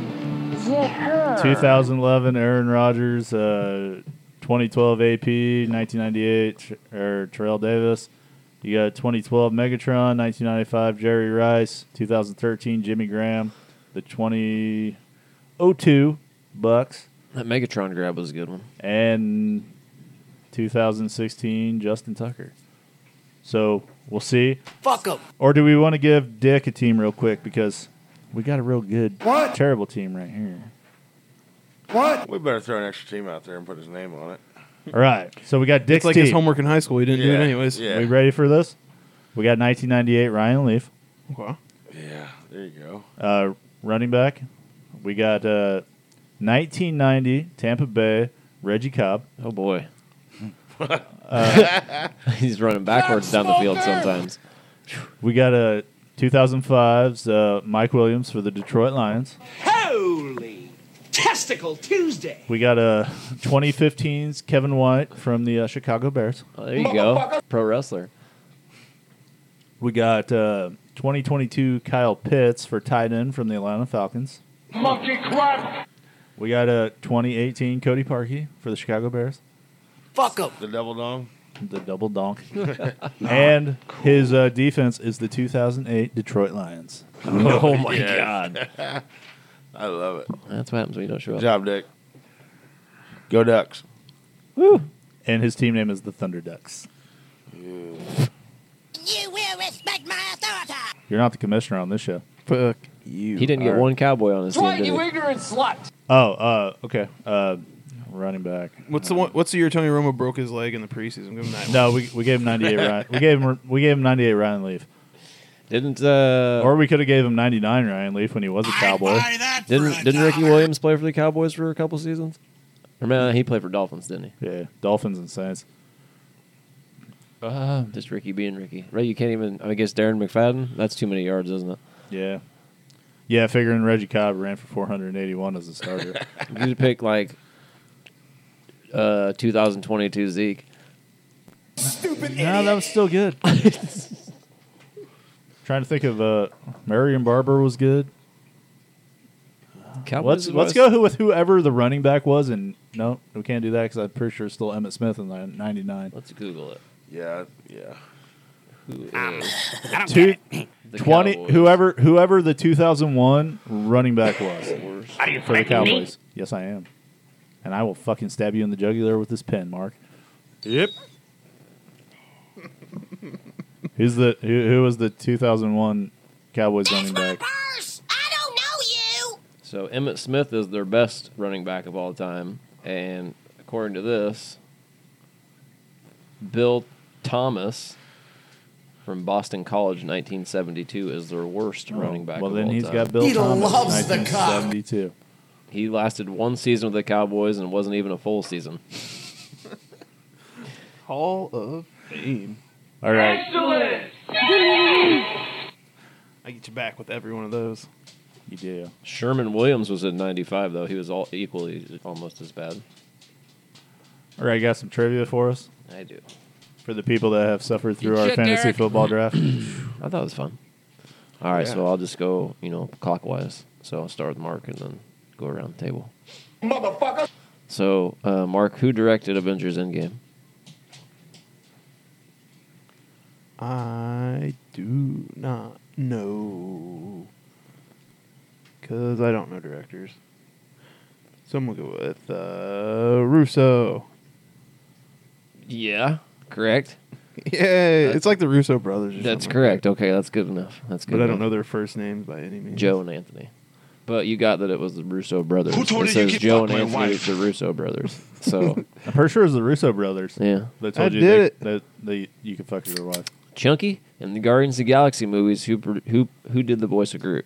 Speaker 1: 2011 Aaron Rodgers, uh, 2012 AP, 1998 Tr- or Terrell Davis. You got 2012 Megatron, 1995 Jerry Rice, 2013 Jimmy Graham, the 2002 Bucks,
Speaker 3: That Megatron grab was a good one.
Speaker 1: and 2016 Justin Tucker. So we'll see.
Speaker 10: Fuck him.
Speaker 1: Or do we want to give Dick a team real quick because we got a real good, terrible team right here.
Speaker 2: What? We better throw an extra team out there and put his name on it.
Speaker 1: All right. So we got Dick's
Speaker 4: it's like
Speaker 1: team.
Speaker 4: his homework in high school. He didn't do
Speaker 2: Yeah,
Speaker 4: it anyways.
Speaker 2: yeah.
Speaker 1: We ready for this? We got 1998 Ryan Leaf,
Speaker 4: Okay.
Speaker 2: Yeah. There you go.
Speaker 1: uh, running back. We got uh, 1990 Tampa Bay Reggie Cobb.
Speaker 3: Oh boy. He's running backwards down the field sometimes.
Speaker 1: We got uh, a 2005's uh, Mike Williams for the Detroit Lions.
Speaker 10: Holy testicle Tuesday.
Speaker 1: We got a 2015's Kevin White from the uh, Chicago Bears.
Speaker 3: Oh, there you go, pro wrestler.
Speaker 1: We got uh, 2022 Kyle Pitts for tight end from the Atlanta Falcons.
Speaker 10: Monkey crap.
Speaker 1: We got a 2018 Cody Parkey for the Chicago Bears.
Speaker 10: Fuck him.
Speaker 2: The double dong.
Speaker 1: The double donk. and his uh, defense is the 2008 Detroit Lions.
Speaker 3: Oh my
Speaker 2: yeah.
Speaker 3: god.
Speaker 2: I love it.
Speaker 3: That's what happens when you don't show
Speaker 2: Good
Speaker 3: up.
Speaker 2: job, Dick. Go Ducks.
Speaker 1: And his team name is the Thunder Ducks.
Speaker 12: You will respect my authority.
Speaker 1: You're not the commissioner on this show.
Speaker 4: Fuck.
Speaker 3: He didn't get
Speaker 1: All right.
Speaker 3: one cowboy on his
Speaker 5: That's
Speaker 3: team.
Speaker 5: right,
Speaker 3: Did
Speaker 5: you
Speaker 3: he?
Speaker 5: ignorant slut.
Speaker 1: Oh, uh, okay. Uh, running back.
Speaker 4: What's the one, What's the year Tony Romo broke his leg in the preseason? Give him that.
Speaker 1: No, we, we gave him 98 Ryan. We gave him we gave him 98 Ryan Leaf.
Speaker 3: Didn't uh,
Speaker 1: Or we could have gave him 99 Ryan Leaf when he was a cowboy.
Speaker 3: didn't didn't Ricky Williams play for the Cowboys for a couple seasons? Or man, he played for Dolphins, didn't he?
Speaker 1: Yeah, Dolphins and Saints.
Speaker 3: Just Ricky being Ricky. Right, you can't even. I guess Darren McFadden. That's too many yards, isn't it?
Speaker 1: Yeah. Yeah, figuring Reggie Cobb ran for 481 as a starter.
Speaker 3: You could pick like uh, 2022 Zeke.
Speaker 1: no, that was still good. Trying to think of uh, Marion Barber was good.
Speaker 3: Cowboys.
Speaker 1: Let's let's go who- with whoever the running back was, and no, we can't do that because I'm pretty sure it's still Emmett Smith in nin- '99.
Speaker 3: Let's Google it.
Speaker 2: Yeah. Yeah.
Speaker 1: Two,
Speaker 3: The
Speaker 1: 20,
Speaker 3: Cowboys.
Speaker 1: whoever whoever the 2001 running back was for the Cowboys. Yes, I am. and I will fucking stab you in the jugular with this pen, Mark.
Speaker 2: Yep.
Speaker 1: Who's the who, who was the 2001 Cowboys running back?
Speaker 3: So Emmett Smith is their best running back of all time, and according to this, Bill Thomas from Boston College, 1972, is their worst
Speaker 1: Oh.
Speaker 3: running back.
Speaker 1: Well,
Speaker 3: of
Speaker 1: then
Speaker 3: all
Speaker 1: he's
Speaker 3: time.
Speaker 1: got Bill Thomas,
Speaker 5: loves the cock.
Speaker 1: 1972.
Speaker 3: He lasted one season with the Cowboys and it wasn't even a full season.
Speaker 4: Hall of Fame.
Speaker 1: All right.
Speaker 4: Excellent. I get you back with every one of those.
Speaker 1: You do.
Speaker 3: Sherman Williams was in '95 though. He was all equally almost as bad.
Speaker 1: All right, got some trivia for us
Speaker 3: I do.
Speaker 1: for the people that have suffered through
Speaker 3: Eat
Speaker 1: our
Speaker 3: shit,
Speaker 1: fantasy
Speaker 3: Derek.
Speaker 1: football draft.
Speaker 3: I thought it was fun. All right,
Speaker 1: Yeah.
Speaker 3: so I'll just go, you know, clockwise. So I'll start with Mark and then go around the table.
Speaker 10: Motherfucker.
Speaker 3: So, uh, Mark, who directed Avengers Endgame?
Speaker 4: I do not know. Because I don't know directors. So I'm going to go with uh, Russo.
Speaker 3: Yeah, correct.
Speaker 4: Yay.
Speaker 3: That's-
Speaker 4: it's like the Russo brothers. Or
Speaker 3: That's
Speaker 4: something.
Speaker 3: correct. Okay, that's good enough. That's good.
Speaker 4: But I
Speaker 3: enough.
Speaker 4: don't know their first names by any means.
Speaker 3: Joe and Anthony. But you got that it was the Russo brothers.
Speaker 4: Who told
Speaker 3: it
Speaker 4: you you
Speaker 3: says
Speaker 4: could
Speaker 3: Joe
Speaker 4: fuck
Speaker 3: and
Speaker 4: my
Speaker 3: Anthony,
Speaker 4: wife?
Speaker 3: the Russo brothers. So
Speaker 1: I'm pretty sure it was the Russo brothers.
Speaker 3: Yeah.
Speaker 1: They told
Speaker 3: I
Speaker 1: you
Speaker 3: did
Speaker 1: they, it. That, they, you could fuck your wife.
Speaker 3: Chunky in the Guardians of the Galaxy movies, who pro- who who did the voice of Groot?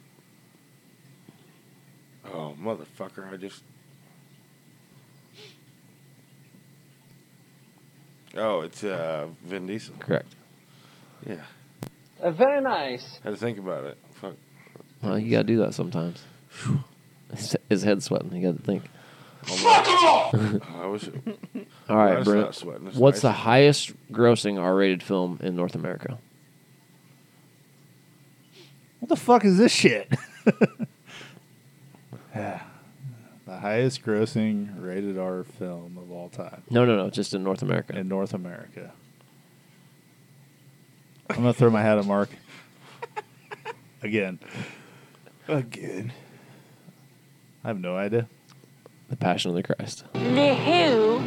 Speaker 2: Oh, motherfucker! I just. Oh, it's uh, Vin Diesel.
Speaker 3: Correct.
Speaker 2: Yeah,
Speaker 10: very nice.
Speaker 2: had to think about it. Fuck.
Speaker 3: Well, you gotta do that sometimes. His, his head's sweating. You gotta think.
Speaker 10: Fuck off!
Speaker 2: I was.
Speaker 3: All right,
Speaker 2: That's
Speaker 3: Brent.
Speaker 2: not sweating, that's
Speaker 3: What's
Speaker 2: nice.
Speaker 3: the highest grossing R-rated film in North America?
Speaker 1: What the fuck is this shit? the highest grossing rated R film of all time
Speaker 3: No, no, no. Just in North America.
Speaker 1: in North America. I'm going to throw my hat at Mark. Again.
Speaker 4: Again.
Speaker 1: I have no idea.
Speaker 3: The Passion of the Christ.
Speaker 10: The who?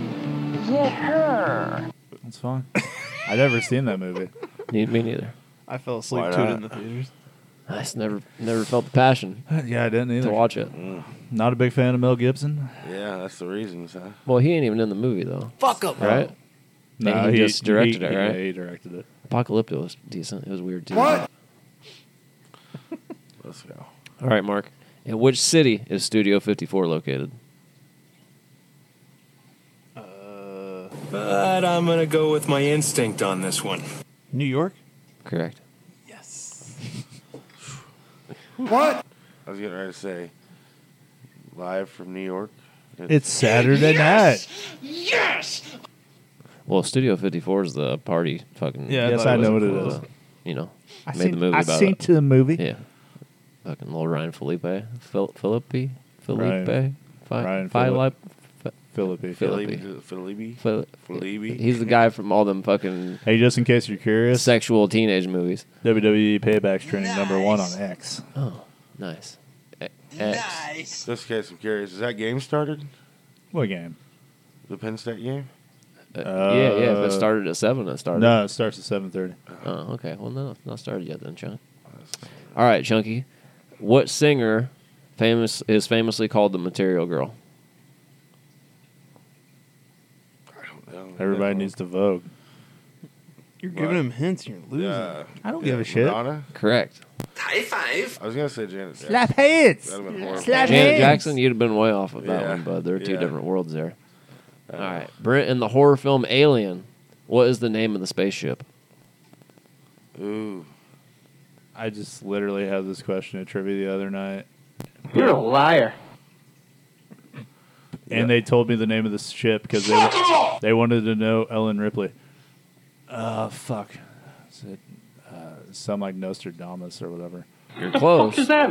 Speaker 10: The her.
Speaker 1: That's fine. I've never seen that movie.
Speaker 3: Me, me neither.
Speaker 4: I fell asleep
Speaker 1: Why
Speaker 4: to it
Speaker 1: not?
Speaker 4: in the theaters.
Speaker 3: I just never never felt the passion.
Speaker 1: Yeah, I didn't either.
Speaker 3: To watch it.
Speaker 2: Mm.
Speaker 1: Not a big fan of Mel Gibson.
Speaker 2: Yeah, that's the reasons, huh?
Speaker 3: Well, he ain't even in the movie though.
Speaker 2: Fuck 'em.
Speaker 3: Right?
Speaker 1: No,
Speaker 3: And he,
Speaker 1: he-
Speaker 3: just directed
Speaker 1: he-
Speaker 3: it, right?
Speaker 1: yeah, he directed it.
Speaker 3: Apocalypto was decent. It was weird too.
Speaker 10: What?
Speaker 2: Let's go.
Speaker 3: All right, Mark. In which city is Studio 54 located?
Speaker 7: But I'm gonna go with my instinct on this one.
Speaker 4: New York?
Speaker 3: Correct.
Speaker 2: What? I was getting ready to say, live from New York.
Speaker 1: It's Saturday Yes!
Speaker 10: Yes!
Speaker 3: Well, Studio 54 is the party fucking.
Speaker 1: Yeah, I Yes, thought I it know was what it cool. is.
Speaker 3: You know,
Speaker 1: I
Speaker 3: made the
Speaker 1: seen-
Speaker 3: movie
Speaker 1: I
Speaker 3: about
Speaker 1: seen
Speaker 3: it.
Speaker 1: to the movie.
Speaker 3: Yeah, fucking little Ryan Felipe, Phil, Philippi, Felipe,
Speaker 1: Ryan- Ryan Philip- Philippi.
Speaker 3: Philippi,
Speaker 2: Philippi,
Speaker 3: Phil-
Speaker 2: Philippi.
Speaker 3: He's the guy from all them fucking
Speaker 1: Hey, just in case you're curious,
Speaker 3: sexual teenage movies.
Speaker 1: WWE Payback's training number one on X.
Speaker 3: Oh, nice. E- X.
Speaker 2: Nice. Just in case I'm curious, is that game started?
Speaker 1: What game?
Speaker 2: The Penn State game?
Speaker 3: yeah, yeah. If it started at seven, it started.
Speaker 1: Uh, No, it starts at seven thirty.
Speaker 3: Oh, okay. Well, no, it's not started yet then, Chunk. All right, Chunky. What singer famous is famously called the Material Girl?
Speaker 1: Everybody needs to vote.
Speaker 4: You're
Speaker 2: Right.
Speaker 4: giving him hints. You're losing.
Speaker 2: Yeah.
Speaker 1: I don't
Speaker 2: Yeah,
Speaker 1: give a shit.
Speaker 2: Madonna?
Speaker 3: Correct.
Speaker 2: High five. I was gonna say Janet. Jackson.
Speaker 1: Slap hands.
Speaker 2: That'd have been horrible.
Speaker 1: Slap
Speaker 3: Janet Jackson, you'd have been way off of that
Speaker 2: Yeah.
Speaker 3: one, bud. There are two
Speaker 2: Yeah.
Speaker 3: different worlds there. All right, Brent in the horror film Alien. What is the name of the spaceship?
Speaker 2: Ooh.
Speaker 1: I just literally had this question at trivia the other night,
Speaker 5: You're a liar.
Speaker 1: and they told me the name of the ship because they they wanted to know Ellen Ripley. Uh, fuck. Is it, uh, some like Nostradamus or whatever.
Speaker 3: You're close.
Speaker 1: Yeah.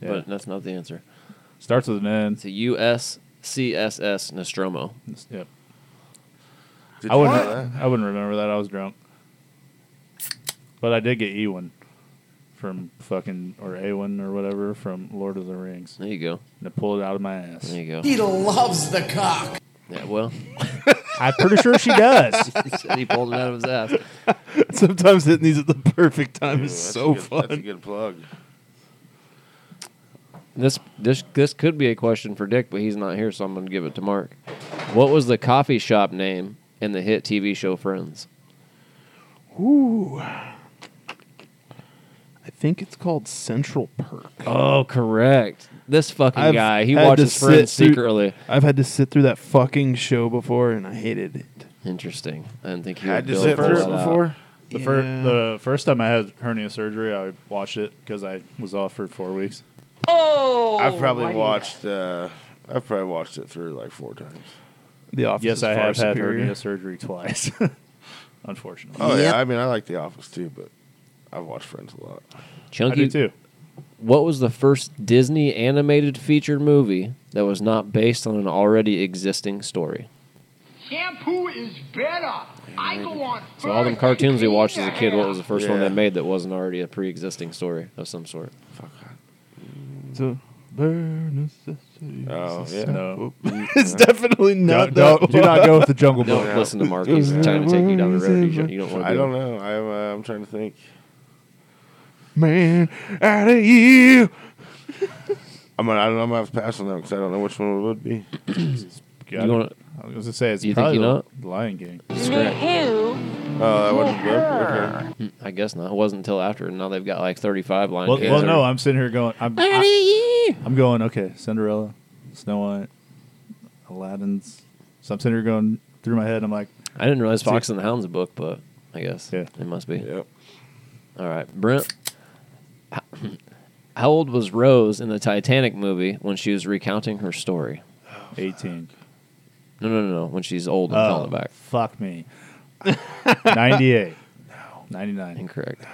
Speaker 3: But that's not the answer.
Speaker 1: Starts with an N.
Speaker 3: It's a USCSS Nostromo.
Speaker 1: Yep.
Speaker 2: Did
Speaker 1: I
Speaker 2: you
Speaker 1: wouldn't.
Speaker 2: know that?
Speaker 1: I wouldn't remember that. I was drunk. But I did get E one from fucking or Awen or whatever from Lord of the Rings.
Speaker 3: There you go.
Speaker 1: And I pulled it out of my ass.
Speaker 3: There you go.
Speaker 13: He loves the cock.
Speaker 3: Yeah, well,
Speaker 1: I'm pretty sure she does.
Speaker 3: he said he pulled it out of his ass.
Speaker 4: Sometimes hitting these at the perfect time is so
Speaker 2: good,
Speaker 4: fun.
Speaker 2: That's a good plug.
Speaker 3: This this this could be a question for Dick, but he's not here, so I'm going to give it to Mark. What was the coffee shop name in the hit TV show Friends?
Speaker 4: Ooh. I think it's called Central Perk.
Speaker 3: Oh, correct. This fucking
Speaker 4: I've
Speaker 3: guy, he
Speaker 4: had to
Speaker 3: watches
Speaker 4: sit
Speaker 3: Friends
Speaker 4: through-
Speaker 3: secretly.
Speaker 4: I've had to sit through that fucking show before, and I hated it.
Speaker 3: Interesting. I didn't think he
Speaker 2: Had
Speaker 3: would
Speaker 2: to
Speaker 3: be able
Speaker 2: sit
Speaker 3: to pull
Speaker 2: through
Speaker 3: that
Speaker 2: it
Speaker 3: out.
Speaker 2: before?
Speaker 1: The, fir-
Speaker 4: Yeah.
Speaker 1: the first time I had hernia surgery, I watched it because I was off for four weeks.
Speaker 2: Oh, I've probably
Speaker 1: my-
Speaker 2: watched. Uh, I've probably watched it through like four times.
Speaker 4: The Office.
Speaker 1: yes,
Speaker 4: is
Speaker 1: I
Speaker 4: far
Speaker 1: have had
Speaker 4: superior.
Speaker 1: hernia surgery twice. Unfortunately.
Speaker 2: Oh yeah, I mean, I like The Office too, but I've watched Friends a lot.
Speaker 3: Chunky, What was the first Disney animated feature movie that was not based on an already existing story?
Speaker 10: Shampoo is better. I go on.
Speaker 3: So all them cartoons we watched as a kid, what was the first one
Speaker 2: Yeah.
Speaker 3: they made that wasn't already a pre-existing story of some sort?
Speaker 4: So, bare necessities.
Speaker 2: Oh yeah,
Speaker 1: No.
Speaker 4: it's definitely not
Speaker 1: Don't-
Speaker 4: that
Speaker 1: don't- do not go with the Jungle
Speaker 3: Don't
Speaker 1: Book.
Speaker 3: listen to Mark. He's trying to take you down the road. You, ju- you don't want to.
Speaker 2: I don't know. I'm uh, I'm trying to think.
Speaker 4: man out of you.
Speaker 2: I'm gonna, I don't know. I'm gonna have to pass on that because I don't know which one it would be.
Speaker 1: God,
Speaker 3: You wanna-
Speaker 1: I was gonna say it's
Speaker 3: You think
Speaker 1: probably
Speaker 3: you know
Speaker 1: the Lion King.
Speaker 2: Oh, that wasn't good. Okay.
Speaker 3: Hmm, I guess not. It wasn't until after. and Now they've got like 35 line
Speaker 1: Well,
Speaker 3: kings
Speaker 1: well,
Speaker 3: or-
Speaker 1: no, I'm sitting here going, I'm, I, am going, okay, Cinderella, Snow White, Aladdin's. So I'm sitting here going through my head. I'm like,
Speaker 3: I didn't realize Fox and the Hound's a book, but I guess
Speaker 1: Yeah.
Speaker 3: it must be.
Speaker 2: Yep.
Speaker 3: All right, Brent. How old was Rose in the Titanic movie when she was recounting her story?
Speaker 1: 18.
Speaker 3: No, no, no, no. When she's old and
Speaker 1: Oh,
Speaker 3: calling it back.
Speaker 1: fuck me. 98. 99.
Speaker 3: Incorrect.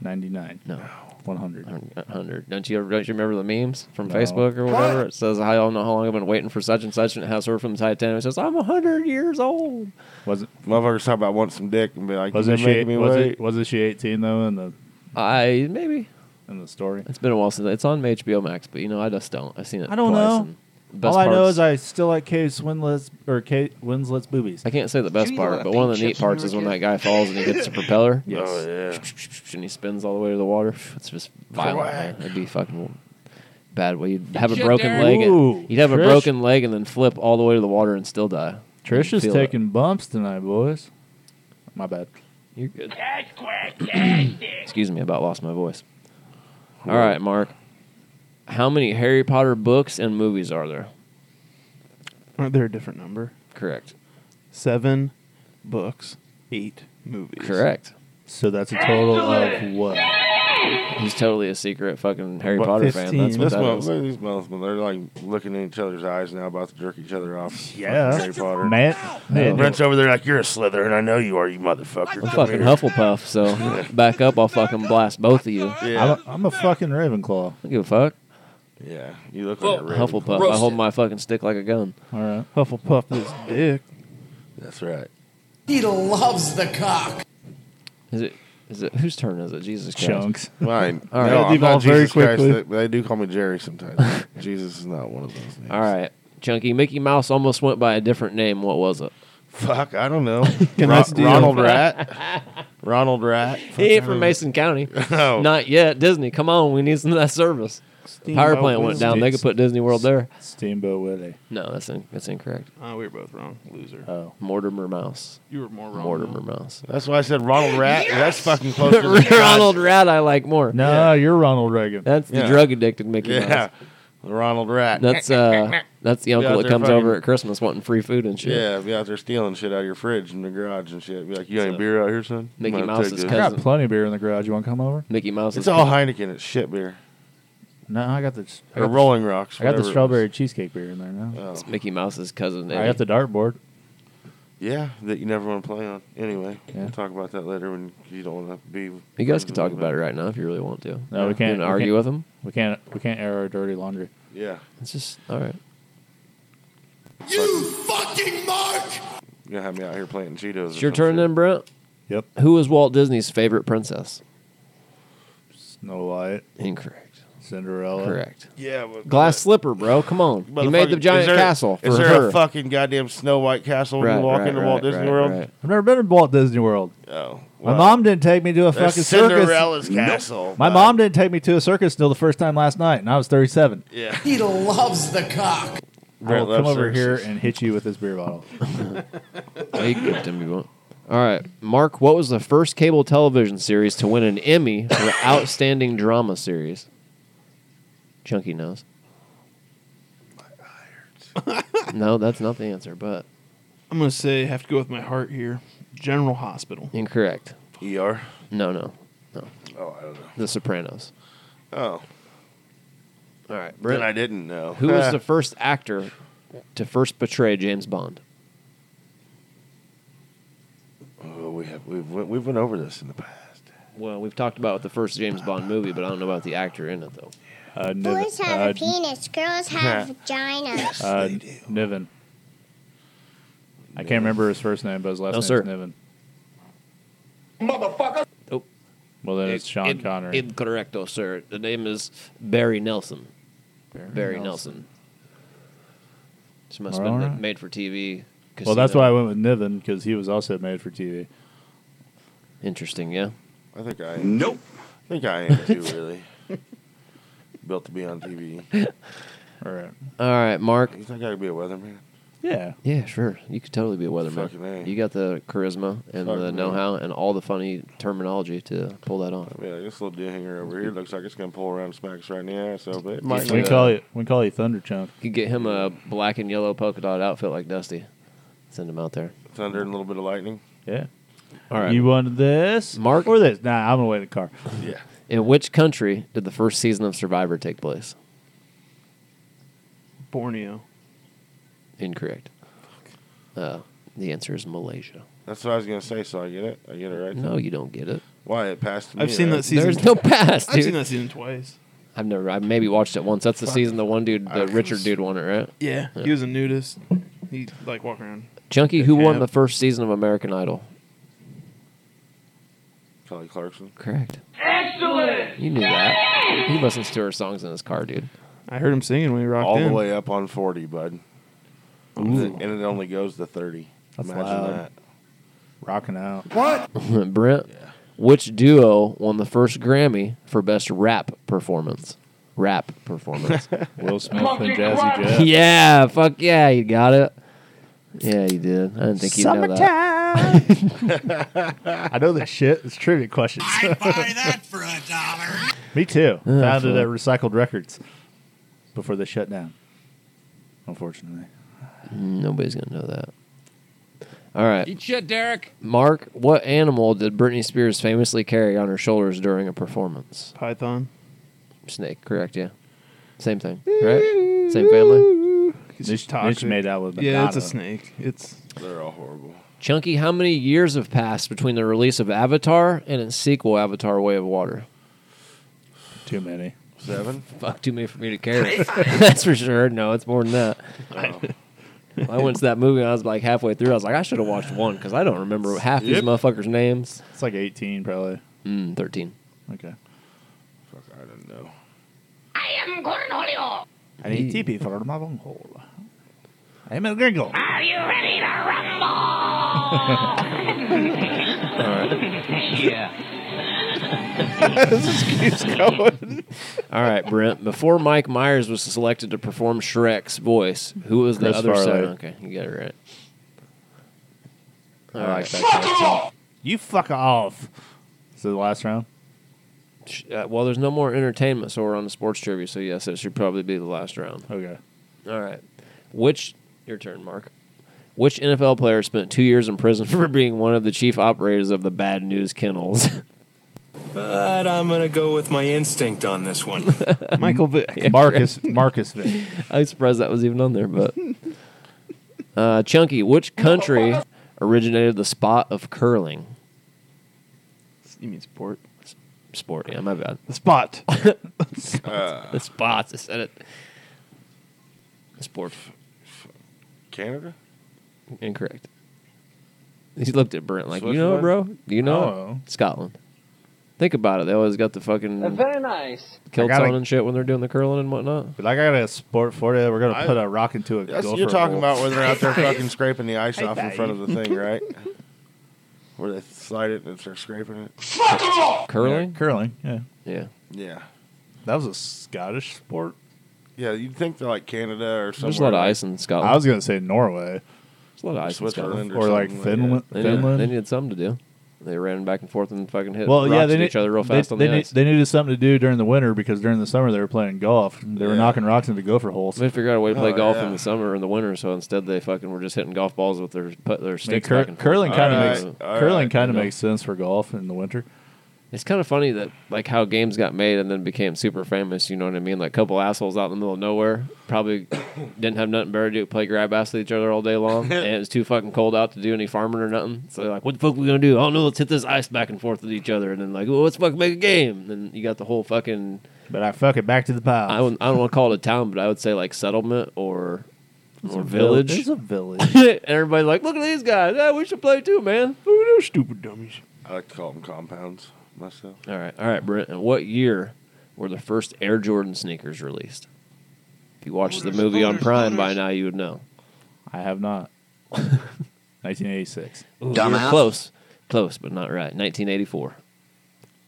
Speaker 1: 99.
Speaker 3: No.
Speaker 1: 100.
Speaker 3: 100. Don't you, ever, don't you remember the memes from
Speaker 1: No.
Speaker 3: Facebook or whatever? It says, I don't know how long I've been waiting for such and such, and it has her from the Titanic. It says, I'm 100 years old.
Speaker 1: Wasn't
Speaker 2: Motherfuckers talk about want some dick and be like,
Speaker 1: wasn't
Speaker 2: you
Speaker 1: she
Speaker 2: making me wait.
Speaker 1: wasn't, wasn't she 18 though in the
Speaker 3: I, maybe.
Speaker 1: in the story?
Speaker 3: It's been a while since it's on HBO Max, but you know, I just don't. I've seen it.
Speaker 1: I don't
Speaker 3: twice,
Speaker 1: know.
Speaker 3: and the best
Speaker 1: All I know
Speaker 3: parts-
Speaker 1: is I still like Kate Winslet's or Kate Winslet's boobies.
Speaker 3: I can't say the best
Speaker 13: eat a lot
Speaker 3: part,
Speaker 13: of
Speaker 3: but
Speaker 13: pink
Speaker 3: one of the neat
Speaker 13: chips when you
Speaker 3: parts
Speaker 13: were
Speaker 3: is
Speaker 13: a
Speaker 3: when
Speaker 13: kid?
Speaker 3: that guy falls and he gets a propeller.
Speaker 1: Yes.
Speaker 2: Oh yeah.
Speaker 3: And he spins all the way to the water. It's just violent. Man. It'd be fucking bad. way. You'd have a
Speaker 13: Shit,
Speaker 3: broken
Speaker 13: Darren.
Speaker 3: leg.
Speaker 1: Ooh,
Speaker 3: And, you'd have a
Speaker 1: Trish.
Speaker 3: broken leg and then flip all the way to the water and still die.
Speaker 1: Trish is
Speaker 3: Feel it.
Speaker 1: taking bumps tonight, boys. My bad.
Speaker 3: You're good. Excuse me, I about lost my voice. All right, Mark. How many Harry Potter books and movies are there?
Speaker 4: Aren't there a different number?
Speaker 3: Correct.
Speaker 4: Seven books, eight movies.
Speaker 3: Correct.
Speaker 1: So that's a total of what?
Speaker 3: He's totally a secret fucking Harry
Speaker 2: What,
Speaker 3: Potter fan.
Speaker 4: 15?
Speaker 3: That's what
Speaker 2: This
Speaker 3: that
Speaker 2: month,
Speaker 3: is.
Speaker 2: look at these motherfuckers. They're like looking in each other's eyes now, about to jerk each other off.
Speaker 1: Yeah.
Speaker 2: Harry Potter.
Speaker 1: Man, man,
Speaker 2: Brent's over there like you're a Slytherin. I know you are, you motherfucker.
Speaker 3: I'm fucking Hufflepuff, so back up. I'll fucking blast both of you. I
Speaker 2: Yeah,
Speaker 1: I'm, a, I'm a fucking Ravenclaw.
Speaker 3: don't give a fuck.
Speaker 2: yeah. You look like a Ravenclaw.
Speaker 3: Hufflepuff. I hold my fucking stick like a gun.
Speaker 1: All right.
Speaker 4: Hufflepuff this dick.
Speaker 2: That's right.
Speaker 13: He loves the cock.
Speaker 3: Is it? Is it? Whose turn is it? Jesus Christ.
Speaker 1: Chunks.
Speaker 2: Mine.
Speaker 3: All right.
Speaker 2: No,
Speaker 3: It
Speaker 2: I'm not
Speaker 1: evolved very
Speaker 2: Jesus Christ.
Speaker 1: quickly.
Speaker 2: They, they do call me Jerry sometimes. Jesus is not one of those names.
Speaker 3: All right, Chunky. Mickey Mouse almost went by a different name. What was it?
Speaker 2: Fuck, I don't know.
Speaker 4: Can
Speaker 2: Ro-
Speaker 4: I steal?
Speaker 2: Ronald Rat. Ronald Rat.
Speaker 3: He ain't Eh, from Mason County.
Speaker 2: Oh.
Speaker 3: Not yet. Disney, come on. We need some of that service. The power plant went down. They could put Disney World there.
Speaker 1: Steamboat Willie.
Speaker 3: No, that's in, that's incorrect.
Speaker 4: Uh, we were both wrong. Loser.
Speaker 1: Oh.
Speaker 3: Mortimer Mouse.
Speaker 4: you were more wrong.
Speaker 3: Mortimer Mouse.
Speaker 2: That's why I said Ronald Rat. That's fucking close to the
Speaker 3: Ronald Rat, I like more.
Speaker 1: No, you're Ronald Reagan.
Speaker 3: That's the
Speaker 2: Yeah.
Speaker 3: drug addicted Mickey
Speaker 2: Yeah.
Speaker 3: Mouse.
Speaker 2: The Ronald Rat.
Speaker 3: That's uh, that's the uncle
Speaker 2: out
Speaker 3: that
Speaker 2: there
Speaker 3: comes
Speaker 2: fucking-
Speaker 3: over at Christmas wanting free food and shit.
Speaker 2: yeah, be out there stealing shit out of your fridge in the garage and shit. Be like, you got any
Speaker 3: So-
Speaker 2: beer out here, son?
Speaker 3: Mickey
Speaker 2: I'm gonna
Speaker 3: Mouse's
Speaker 2: take this.
Speaker 1: I got
Speaker 3: cousin.
Speaker 1: plenty of beer in the garage. You want to come over?
Speaker 3: Mickey Mouse.
Speaker 2: It's
Speaker 3: is
Speaker 2: all Heineken. It's shit beer.
Speaker 1: No, I got the I
Speaker 2: Or
Speaker 1: got,
Speaker 2: Rolling Rocks.
Speaker 1: I got the
Speaker 2: whatever it
Speaker 1: strawberry cheesecake beer in there now.
Speaker 2: was.
Speaker 3: It's
Speaker 2: Oh.
Speaker 3: Mickey Mouse's cousin.
Speaker 1: I got the dartboard.
Speaker 2: Yeah, that you never want to play on. Anyway,
Speaker 1: Yeah.
Speaker 2: we'll talk about that later when you don't want to be.
Speaker 3: You guys can talk about it right now if you really want to.
Speaker 1: No, we can't-
Speaker 3: You
Speaker 1: we
Speaker 3: argue
Speaker 1: can't.
Speaker 3: with them.
Speaker 1: We can't we can't air our dirty laundry.
Speaker 2: Yeah.
Speaker 3: It's just all right.
Speaker 6: You fucking Mark!
Speaker 2: You're going to have me out here planting Cheetos. or
Speaker 3: It's your
Speaker 2: some
Speaker 3: turn
Speaker 2: shit.
Speaker 3: then, Brent.
Speaker 1: Yep.
Speaker 3: Who was Walt Disney's favorite princess?
Speaker 1: Snow White.
Speaker 3: Incorrect.
Speaker 1: Cinderella.
Speaker 3: Correct.
Speaker 2: Yeah, but-
Speaker 3: Glass slipper, bro. Come on. He made the
Speaker 2: Oh. Motherfucker,
Speaker 3: giant
Speaker 2: is there-
Speaker 3: castle for
Speaker 2: Is there
Speaker 3: her.
Speaker 2: a fucking goddamn Snow White castle when
Speaker 3: Right,
Speaker 2: you walk
Speaker 3: right,
Speaker 2: into Walt
Speaker 3: right,
Speaker 2: Disney
Speaker 3: right,
Speaker 2: World?
Speaker 3: right.
Speaker 1: I've never been to Walt Disney World.
Speaker 2: Oh,
Speaker 1: my mom didn't take me to a fucking
Speaker 2: Cinderella's
Speaker 1: circus.
Speaker 2: castle.
Speaker 1: My mom didn't take me to a circus until the first time last night, and I was 37.
Speaker 2: Yeah.
Speaker 13: He loves the cock.
Speaker 1: I will
Speaker 3: Brett
Speaker 1: come
Speaker 3: loves
Speaker 1: over here
Speaker 3: circuses.
Speaker 1: and hit you with this beer bottle.
Speaker 3: Oh, you can give it to me if you want. All right, Mark. What was the first cable television series to win an Emmy for Outstanding Drama Series? Chunky knows. no, that's not the answer. But
Speaker 4: I'm gonna say have to go with my heart here. General Hospital.
Speaker 3: incorrect.
Speaker 2: ER.
Speaker 3: No, no, no.
Speaker 2: Oh, I don't know.
Speaker 3: The Sopranos.
Speaker 2: Oh.
Speaker 3: All right,
Speaker 2: Brent.
Speaker 3: Brent.
Speaker 2: Then I didn't know.
Speaker 3: Who was the first actor to first portray James Bond?
Speaker 2: Oh, we have we've went- we've went over this in the past.
Speaker 3: Well, we've talked about the first James Bond movie, but I don't know about the actor in it though.
Speaker 1: Uh, Niven,
Speaker 14: Boys have
Speaker 1: uh,
Speaker 14: a penis, girls have vaginas.
Speaker 1: uh, Niven. I can't remember his first name, but his last
Speaker 3: No,
Speaker 1: name
Speaker 3: sir.
Speaker 1: is Niven.
Speaker 14: Motherfucker.
Speaker 1: Well, then it's Sean Connery.
Speaker 3: Incorrecto, sir. The name is Barry Nelson. Barry, Nelson. This must have been
Speaker 1: All right.
Speaker 3: made for TV.
Speaker 1: well, that's
Speaker 3: casino.
Speaker 1: why I went with Niven because he was also made for TV.
Speaker 3: Interesting, yeah.
Speaker 2: I think I am. Nope. I think I am too. Really. Built to be on TV.
Speaker 1: All right.
Speaker 3: All right, Mark.
Speaker 2: You think I could be a weatherman?
Speaker 1: Yeah.
Speaker 3: Yeah, sure. You could totally be a weatherman.
Speaker 2: Fucking A.
Speaker 3: You got the charisma and
Speaker 2: Fucking
Speaker 3: the
Speaker 2: A.
Speaker 3: know-how and all the funny terminology to pull that off.
Speaker 2: Yeah, this little deer hanger over here looks like it's gonna pull around and smack us right in the ass. So, but it
Speaker 1: We
Speaker 2: might not.
Speaker 1: call you we call you Thunderchunk.
Speaker 3: You could get him a black and yellow polka dot outfit like Dusty. Send him out there.
Speaker 2: thunder and a little bit of lightning.
Speaker 1: Yeah.
Speaker 3: All right.
Speaker 1: You wanted this, Mark, or this? Nah, I'm gonna wait in the car.
Speaker 2: Yeah.
Speaker 3: In which country did the first season of Survivor take place?
Speaker 4: Borneo.
Speaker 3: Incorrect. Uh, the answer is Malaysia.
Speaker 2: That's what I was gonna say. So I get it. I get it right.
Speaker 3: No, you don't get it.
Speaker 2: Why it passed? Me,
Speaker 4: I've seen
Speaker 2: right?
Speaker 4: that season.
Speaker 3: There's no past,
Speaker 4: I've
Speaker 3: dude.
Speaker 4: seen that season twice.
Speaker 3: I've never. I maybe watched it once. That's the season the one dude, the Richard dude, won it, right?
Speaker 4: Yeah, he was a nudist. He like walk around.
Speaker 3: Junkie, who won
Speaker 4: Yeah.
Speaker 3: the first season of American Idol?
Speaker 2: Kelly Clarkson.
Speaker 3: Correct.
Speaker 10: Excellent.
Speaker 3: You knew that. He listens to her songs in his car, dude.
Speaker 4: I heard him singing when he rocked
Speaker 2: All
Speaker 4: in.
Speaker 2: the way up on forty, bud.
Speaker 3: Ooh.
Speaker 2: And it only goes to thirty.
Speaker 1: That's
Speaker 2: Imagine
Speaker 1: loud.
Speaker 2: that.
Speaker 1: Rocking out.
Speaker 2: What?
Speaker 3: Brent, which duo won the first Grammy for best rap performance? Rap performance.
Speaker 1: Will Smith and Jazzy Jeff.
Speaker 3: yeah, fuck yeah, you got it. Yeah, you did. I didn't think you know that.
Speaker 1: I know this shit. It's trivia questions. I'd buy that for a dollar. Me too. Found it
Speaker 3: fuck.
Speaker 1: at Recycled Records before they shut down. Unfortunately.
Speaker 3: Mm, Nobody's gonna know that. All right,
Speaker 10: Eat shit, Derek.
Speaker 3: Mark. What animal did Britney Spears famously carry on her shoulders during a performance?
Speaker 4: Python.
Speaker 3: Snake. Correct. Yeah. Same thing. Right. Same family.
Speaker 1: Niche,
Speaker 4: toxic.
Speaker 1: Niche made out with
Speaker 4: Yeah, it's a
Speaker 1: banana.
Speaker 4: snake. It's
Speaker 2: They're all horrible.
Speaker 3: Chunky, how many years have passed between the release of Avatar and its sequel, Avatar: Way of Water?
Speaker 1: Too many.
Speaker 2: Seven.
Speaker 3: Fuck too many for me to carry. That's for sure. No, it's more than that.
Speaker 2: Oh.
Speaker 3: I went to that movie. and I was like halfway through. I was like, I should have watched one because I don't remember half these
Speaker 2: Yep.
Speaker 3: motherfuckers' names.
Speaker 1: It's like 18 probably.
Speaker 3: Mm, Thirteen.
Speaker 1: Okay.
Speaker 2: Fuck, I don't know.
Speaker 12: I am Cornholio.
Speaker 1: I need TP for my bunghole. I'm a gringo.
Speaker 12: Are you ready to rumble?
Speaker 3: All right.
Speaker 5: Yeah.
Speaker 3: All right, Brent. Before Mike Myers was selected to perform Shrek's voice, who was the
Speaker 1: Chris
Speaker 3: other
Speaker 1: Farley.
Speaker 3: side? Okay, you got it right. All right.
Speaker 1: You fuck off. So the last round?
Speaker 3: Sh- Uh, well, there's no more entertainment, so we're on the sports trivia. So yes, it should probably be the last round.
Speaker 1: Okay.
Speaker 3: All right. Which your turn, Mark? Which NFL player spent two years in prison for being one of the chief operators of the Bad News Kennels?
Speaker 7: But I'm gonna go with my instinct on this one.
Speaker 4: Michael Vick.
Speaker 1: Marcus Marcus Vick.
Speaker 3: I'm surprised that was even on there, but uh, Chunky, which country originated the spot of curling
Speaker 4: You mean sport?
Speaker 3: sport? Yeah, my bad.
Speaker 4: The spot.
Speaker 2: Uh,
Speaker 3: The spots. I said it. Sport.
Speaker 2: Canada.
Speaker 3: Incorrect. He looked at Brent like, you know, it, bro, you know, it?"
Speaker 1: Oh.
Speaker 3: Scotland. Think about it. They always got the fucking
Speaker 5: Uh, Very nice.
Speaker 3: kilts
Speaker 1: gotta-
Speaker 3: on and shit when they're doing the curling and whatnot.
Speaker 1: But like I got a sport for you. We're gonna
Speaker 2: I-
Speaker 1: put a rock into a.
Speaker 2: That's
Speaker 1: gopher
Speaker 2: what you're talking
Speaker 1: hole.
Speaker 2: about when they're out there
Speaker 1: Hey,
Speaker 2: fucking scraping the ice
Speaker 1: Hey,
Speaker 2: off in
Speaker 1: buddy.
Speaker 2: front of the thing, right? Where they slide it and they're scraping it.
Speaker 6: Fuck 'em all!
Speaker 3: Curling?
Speaker 1: Yeah, curling. Yeah.
Speaker 3: Yeah.
Speaker 2: Yeah.
Speaker 1: That was a Scottish sport.
Speaker 2: Yeah, you'd think they're like Canada or somewhere.
Speaker 3: There's a lot of ice in
Speaker 2: Oh.
Speaker 3: Scotland.
Speaker 1: I was gonna say Norway.
Speaker 3: There's a lot of ice in
Speaker 2: Switzerland
Speaker 3: Scotland.
Speaker 1: Or like
Speaker 2: something
Speaker 1: Finland-
Speaker 2: that.
Speaker 3: They,
Speaker 1: Finland.
Speaker 3: Needed, they needed something to do. They ran back and forth and fucking hit
Speaker 1: Well, yeah,
Speaker 3: rocks
Speaker 1: they
Speaker 3: at
Speaker 1: need,
Speaker 3: each other real
Speaker 1: they-
Speaker 3: fast on
Speaker 1: they,
Speaker 3: the
Speaker 1: need-
Speaker 3: ice.
Speaker 1: they needed something to do during the winter because during the summer they were playing golf. They were
Speaker 2: Yeah.
Speaker 1: knocking rocks into gopher holes.
Speaker 3: They figured out a way to play
Speaker 2: Oh,
Speaker 3: golf
Speaker 2: yeah.
Speaker 3: in the summer and the winter, so instead they fucking were just hitting golf balls with their put their
Speaker 1: I mean,
Speaker 3: sticks.
Speaker 1: cur-
Speaker 3: back and forth.
Speaker 1: curling kind of
Speaker 2: All
Speaker 1: makes
Speaker 2: right, all
Speaker 1: curling
Speaker 2: right,
Speaker 1: kind
Speaker 3: you
Speaker 1: of
Speaker 3: know.
Speaker 1: makes sense for golf in the winter.
Speaker 3: It's kind of funny that like how games got made and then became super famous. You know what I mean? Like a couple assholes out in the middle of nowhere probably didn't have nothing better to do, play grab ass with each other all day long, and it was too fucking cold out to do any farming or nothing. So they're like, "What the fuck we gonna do? Oh no, let's hit this ice back and forth with each other." And then like, "Well, let's fucking make a game." And then you got the whole fucking
Speaker 1: But I fuck it back to the pile.
Speaker 3: I don't, I don't want to call it a town, but I would say like settlement or or village.
Speaker 1: It's a village.
Speaker 3: and everybody's like, "Look at these guys! Yeah, we should play too, man."
Speaker 4: Those stupid dummies.
Speaker 2: I like to call them compounds myself.
Speaker 3: All right, all right, Brent. And what year were the first Air Jordan sneakers released? If you watched the movie on Prime by now, you would know.
Speaker 1: I have not. 1986.
Speaker 3: Ooh, you were
Speaker 1: Dumbass.
Speaker 3: Close, close, but not right. 1984.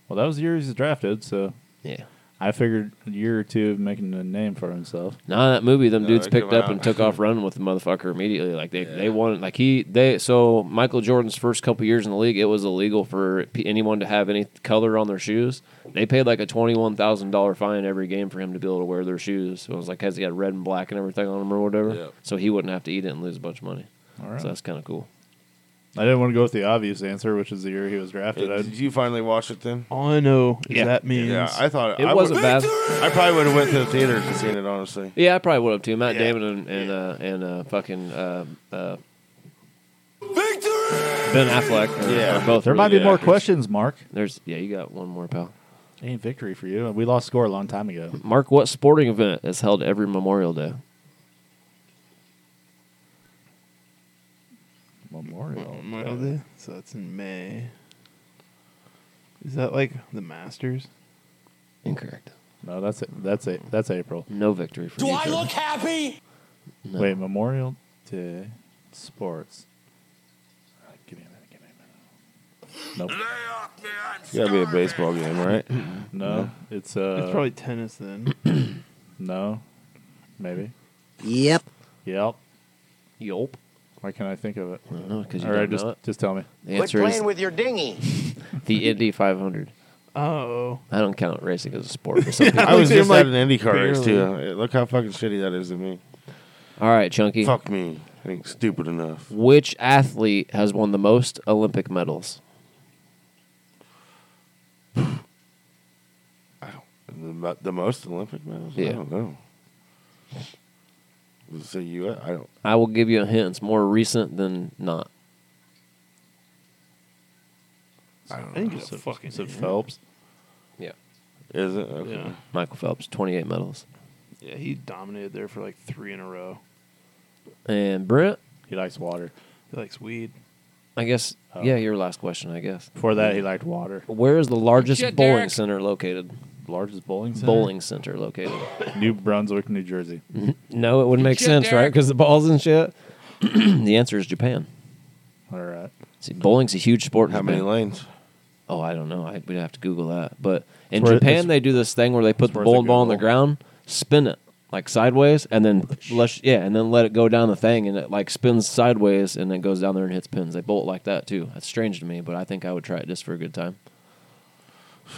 Speaker 1: Well, that was the year he was drafted, so
Speaker 3: Yeah.
Speaker 1: I figured a year or two of making a name for himself.
Speaker 3: Nah, in that movie, them
Speaker 2: No,
Speaker 3: dudes
Speaker 2: they
Speaker 3: picked
Speaker 2: come
Speaker 3: up and
Speaker 2: out.
Speaker 3: took off running with the motherfucker immediately. Like they, they wanted, like he, they. So Michael Jordan's first couple years in the league, it was illegal for p- anyone to have any color on their shoes. They paid like a twenty one thousand dollar fine every game for him to be able to wear their shoes. So it was like, cause he had red and black and everything on him or whatever.
Speaker 2: Yep.
Speaker 3: So he wouldn't have to eat it and lose a bunch of money.
Speaker 1: All right.
Speaker 3: So that's kind of cool.
Speaker 1: I didn't want to go with the obvious answer, which is the year he was
Speaker 2: Hey,
Speaker 1: drafted.
Speaker 2: Did
Speaker 1: I,
Speaker 2: you finally watch it then?
Speaker 4: All I know is
Speaker 3: Yeah.
Speaker 4: that means
Speaker 2: Yeah, I thought
Speaker 3: It
Speaker 2: I
Speaker 3: wasn't
Speaker 2: would-
Speaker 3: bad.
Speaker 2: I probably would have went to the theaters and seen it. Honestly,
Speaker 3: Yeah, I probably would have too. Matt
Speaker 2: Yeah.
Speaker 3: Damon and and, uh, and uh, fucking uh, uh,
Speaker 6: Victory!
Speaker 3: Ben Affleck. Are,
Speaker 2: Yeah.
Speaker 3: are both.
Speaker 1: there
Speaker 3: really
Speaker 1: might be
Speaker 3: good
Speaker 1: more
Speaker 3: actors.
Speaker 1: questions, Mark.
Speaker 3: There's yeah, you got one more pal.
Speaker 1: Ain't victory for you. We lost score a long time ago.
Speaker 3: Mark, what sporting event is held every Memorial Day?
Speaker 1: Memorial.
Speaker 4: Memorial Day. So that's in May. Is that like the Masters?
Speaker 3: Incorrect.
Speaker 1: No, that's it. That's it. That's April.
Speaker 3: No victory for
Speaker 6: Do
Speaker 3: you.
Speaker 6: I
Speaker 3: Jordan.
Speaker 6: look happy?
Speaker 3: No.
Speaker 1: Wait, Memorial Day sports. All right, Give me a minute. Give me a minute.
Speaker 2: it's got to be a baseball game, right?
Speaker 1: Nope. No, it's uh.
Speaker 4: it's probably tennis then.
Speaker 1: no. Maybe.
Speaker 13: Yep.
Speaker 1: Yep.
Speaker 3: Yelp.
Speaker 1: Why can't I think of it?
Speaker 3: I don't know because you
Speaker 1: All right,
Speaker 3: don't
Speaker 1: just
Speaker 3: know it.
Speaker 1: just tell me.
Speaker 3: The answer is
Speaker 5: with your dinghy.
Speaker 3: the Indy 500.
Speaker 4: Oh,
Speaker 3: I don't count racing as a sport. For some people.
Speaker 2: I was
Speaker 4: Looked at him
Speaker 2: just
Speaker 4: like,
Speaker 2: at an IndyCar race too.
Speaker 4: barely.
Speaker 2: Uh, Look how fucking shitty that is to me.
Speaker 3: All right, Chunky.
Speaker 2: Fuck me. I ain't stupid enough.
Speaker 3: Which athlete has won the most Olympic medals?
Speaker 2: The, mo- the most Olympic medals?
Speaker 3: Yeah.
Speaker 2: I don't know. Was it you? I don't.
Speaker 3: I will give you a hint. It's more recent than not.
Speaker 2: I don't
Speaker 4: I
Speaker 2: know.
Speaker 4: think it's a fucking
Speaker 1: Is it Phelps?
Speaker 3: Yeah.
Speaker 2: Is it? Okay.
Speaker 4: Yeah.
Speaker 3: Michael Phelps, 28 medals.
Speaker 4: Yeah, he dominated there for like three in a row.
Speaker 3: And Brent,
Speaker 1: He likes water.
Speaker 4: He likes weed.
Speaker 3: I guess. Yeah, your last question, I guess.
Speaker 1: Before that, he liked water.
Speaker 3: Where is the largest
Speaker 10: Shit,
Speaker 3: bowling
Speaker 10: Derek.
Speaker 3: center located?
Speaker 1: Largest bowling center.
Speaker 3: Bowling center located.
Speaker 1: New Brunswick, New Jersey.
Speaker 3: No, it would make
Speaker 10: Shit,
Speaker 3: sense, right?
Speaker 10: Derek.
Speaker 3: Because the balls and shit. the answer is Japan.
Speaker 1: All right.
Speaker 3: See, bowling's a huge sport. In
Speaker 2: How
Speaker 3: Japan.
Speaker 2: many lanes?
Speaker 3: Oh, I don't know. I, we'd have to Google that. But in
Speaker 1: worth-
Speaker 3: Japan,
Speaker 1: it's-
Speaker 3: they do this thing where they put
Speaker 1: it's
Speaker 3: the
Speaker 1: worth a
Speaker 3: bowling ball on the
Speaker 1: Google.
Speaker 3: ground, spin it like sideways, and then let yeah, and then let it go down the thing, and it like spins sideways, and then goes down there and hits pins. They bolt like that too. That's strange to me, but I think I would try it just for a good time.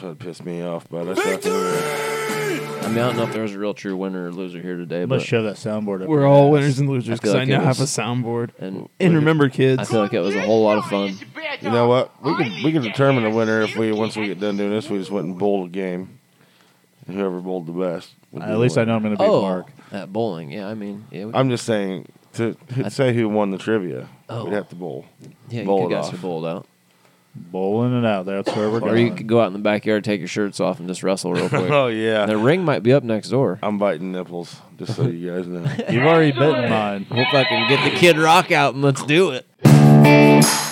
Speaker 2: That pissed me off, but I suck anyway.
Speaker 3: I mean, I don't know if there's a real true winner or loser here today,
Speaker 1: I'm
Speaker 3: but
Speaker 1: gonna show that soundboard. Up
Speaker 4: We're
Speaker 1: your
Speaker 4: all
Speaker 1: ass.
Speaker 4: winners and losers
Speaker 3: I feel
Speaker 4: because
Speaker 3: like
Speaker 4: I now
Speaker 3: it was-
Speaker 4: have a soundboard.
Speaker 3: and
Speaker 4: And remember, kids,
Speaker 3: I feel like it was a whole lot of fun.
Speaker 2: You know what? We can we can determine the winner if we once we get done doing this, we just went and bowled a game. And whoever bowled the best. would be
Speaker 1: At
Speaker 2: the
Speaker 1: least I
Speaker 2: winner.
Speaker 1: know I'm gonna beat
Speaker 3: Oh,
Speaker 1: Mark.
Speaker 3: at bowling, yeah. I mean, yeah, we,
Speaker 2: I'm just saying to to say who won the trivia.
Speaker 3: Oh.
Speaker 2: We'd have to bowl.
Speaker 3: yeah.
Speaker 2: bowl
Speaker 3: You could
Speaker 2: it
Speaker 3: guys
Speaker 2: off.
Speaker 3: could bowl it out.
Speaker 1: Bowling it out. That's where we're
Speaker 3: Or you
Speaker 1: going.
Speaker 3: could go out in the backyard, take your shirts off, and just wrestle real quick.
Speaker 2: Oh yeah.
Speaker 3: the ring might be up next door.
Speaker 2: I'm biting nipples, just so you guys know.
Speaker 1: You've already bitten mine.
Speaker 3: Hope I can get the kid rock out and let's do it.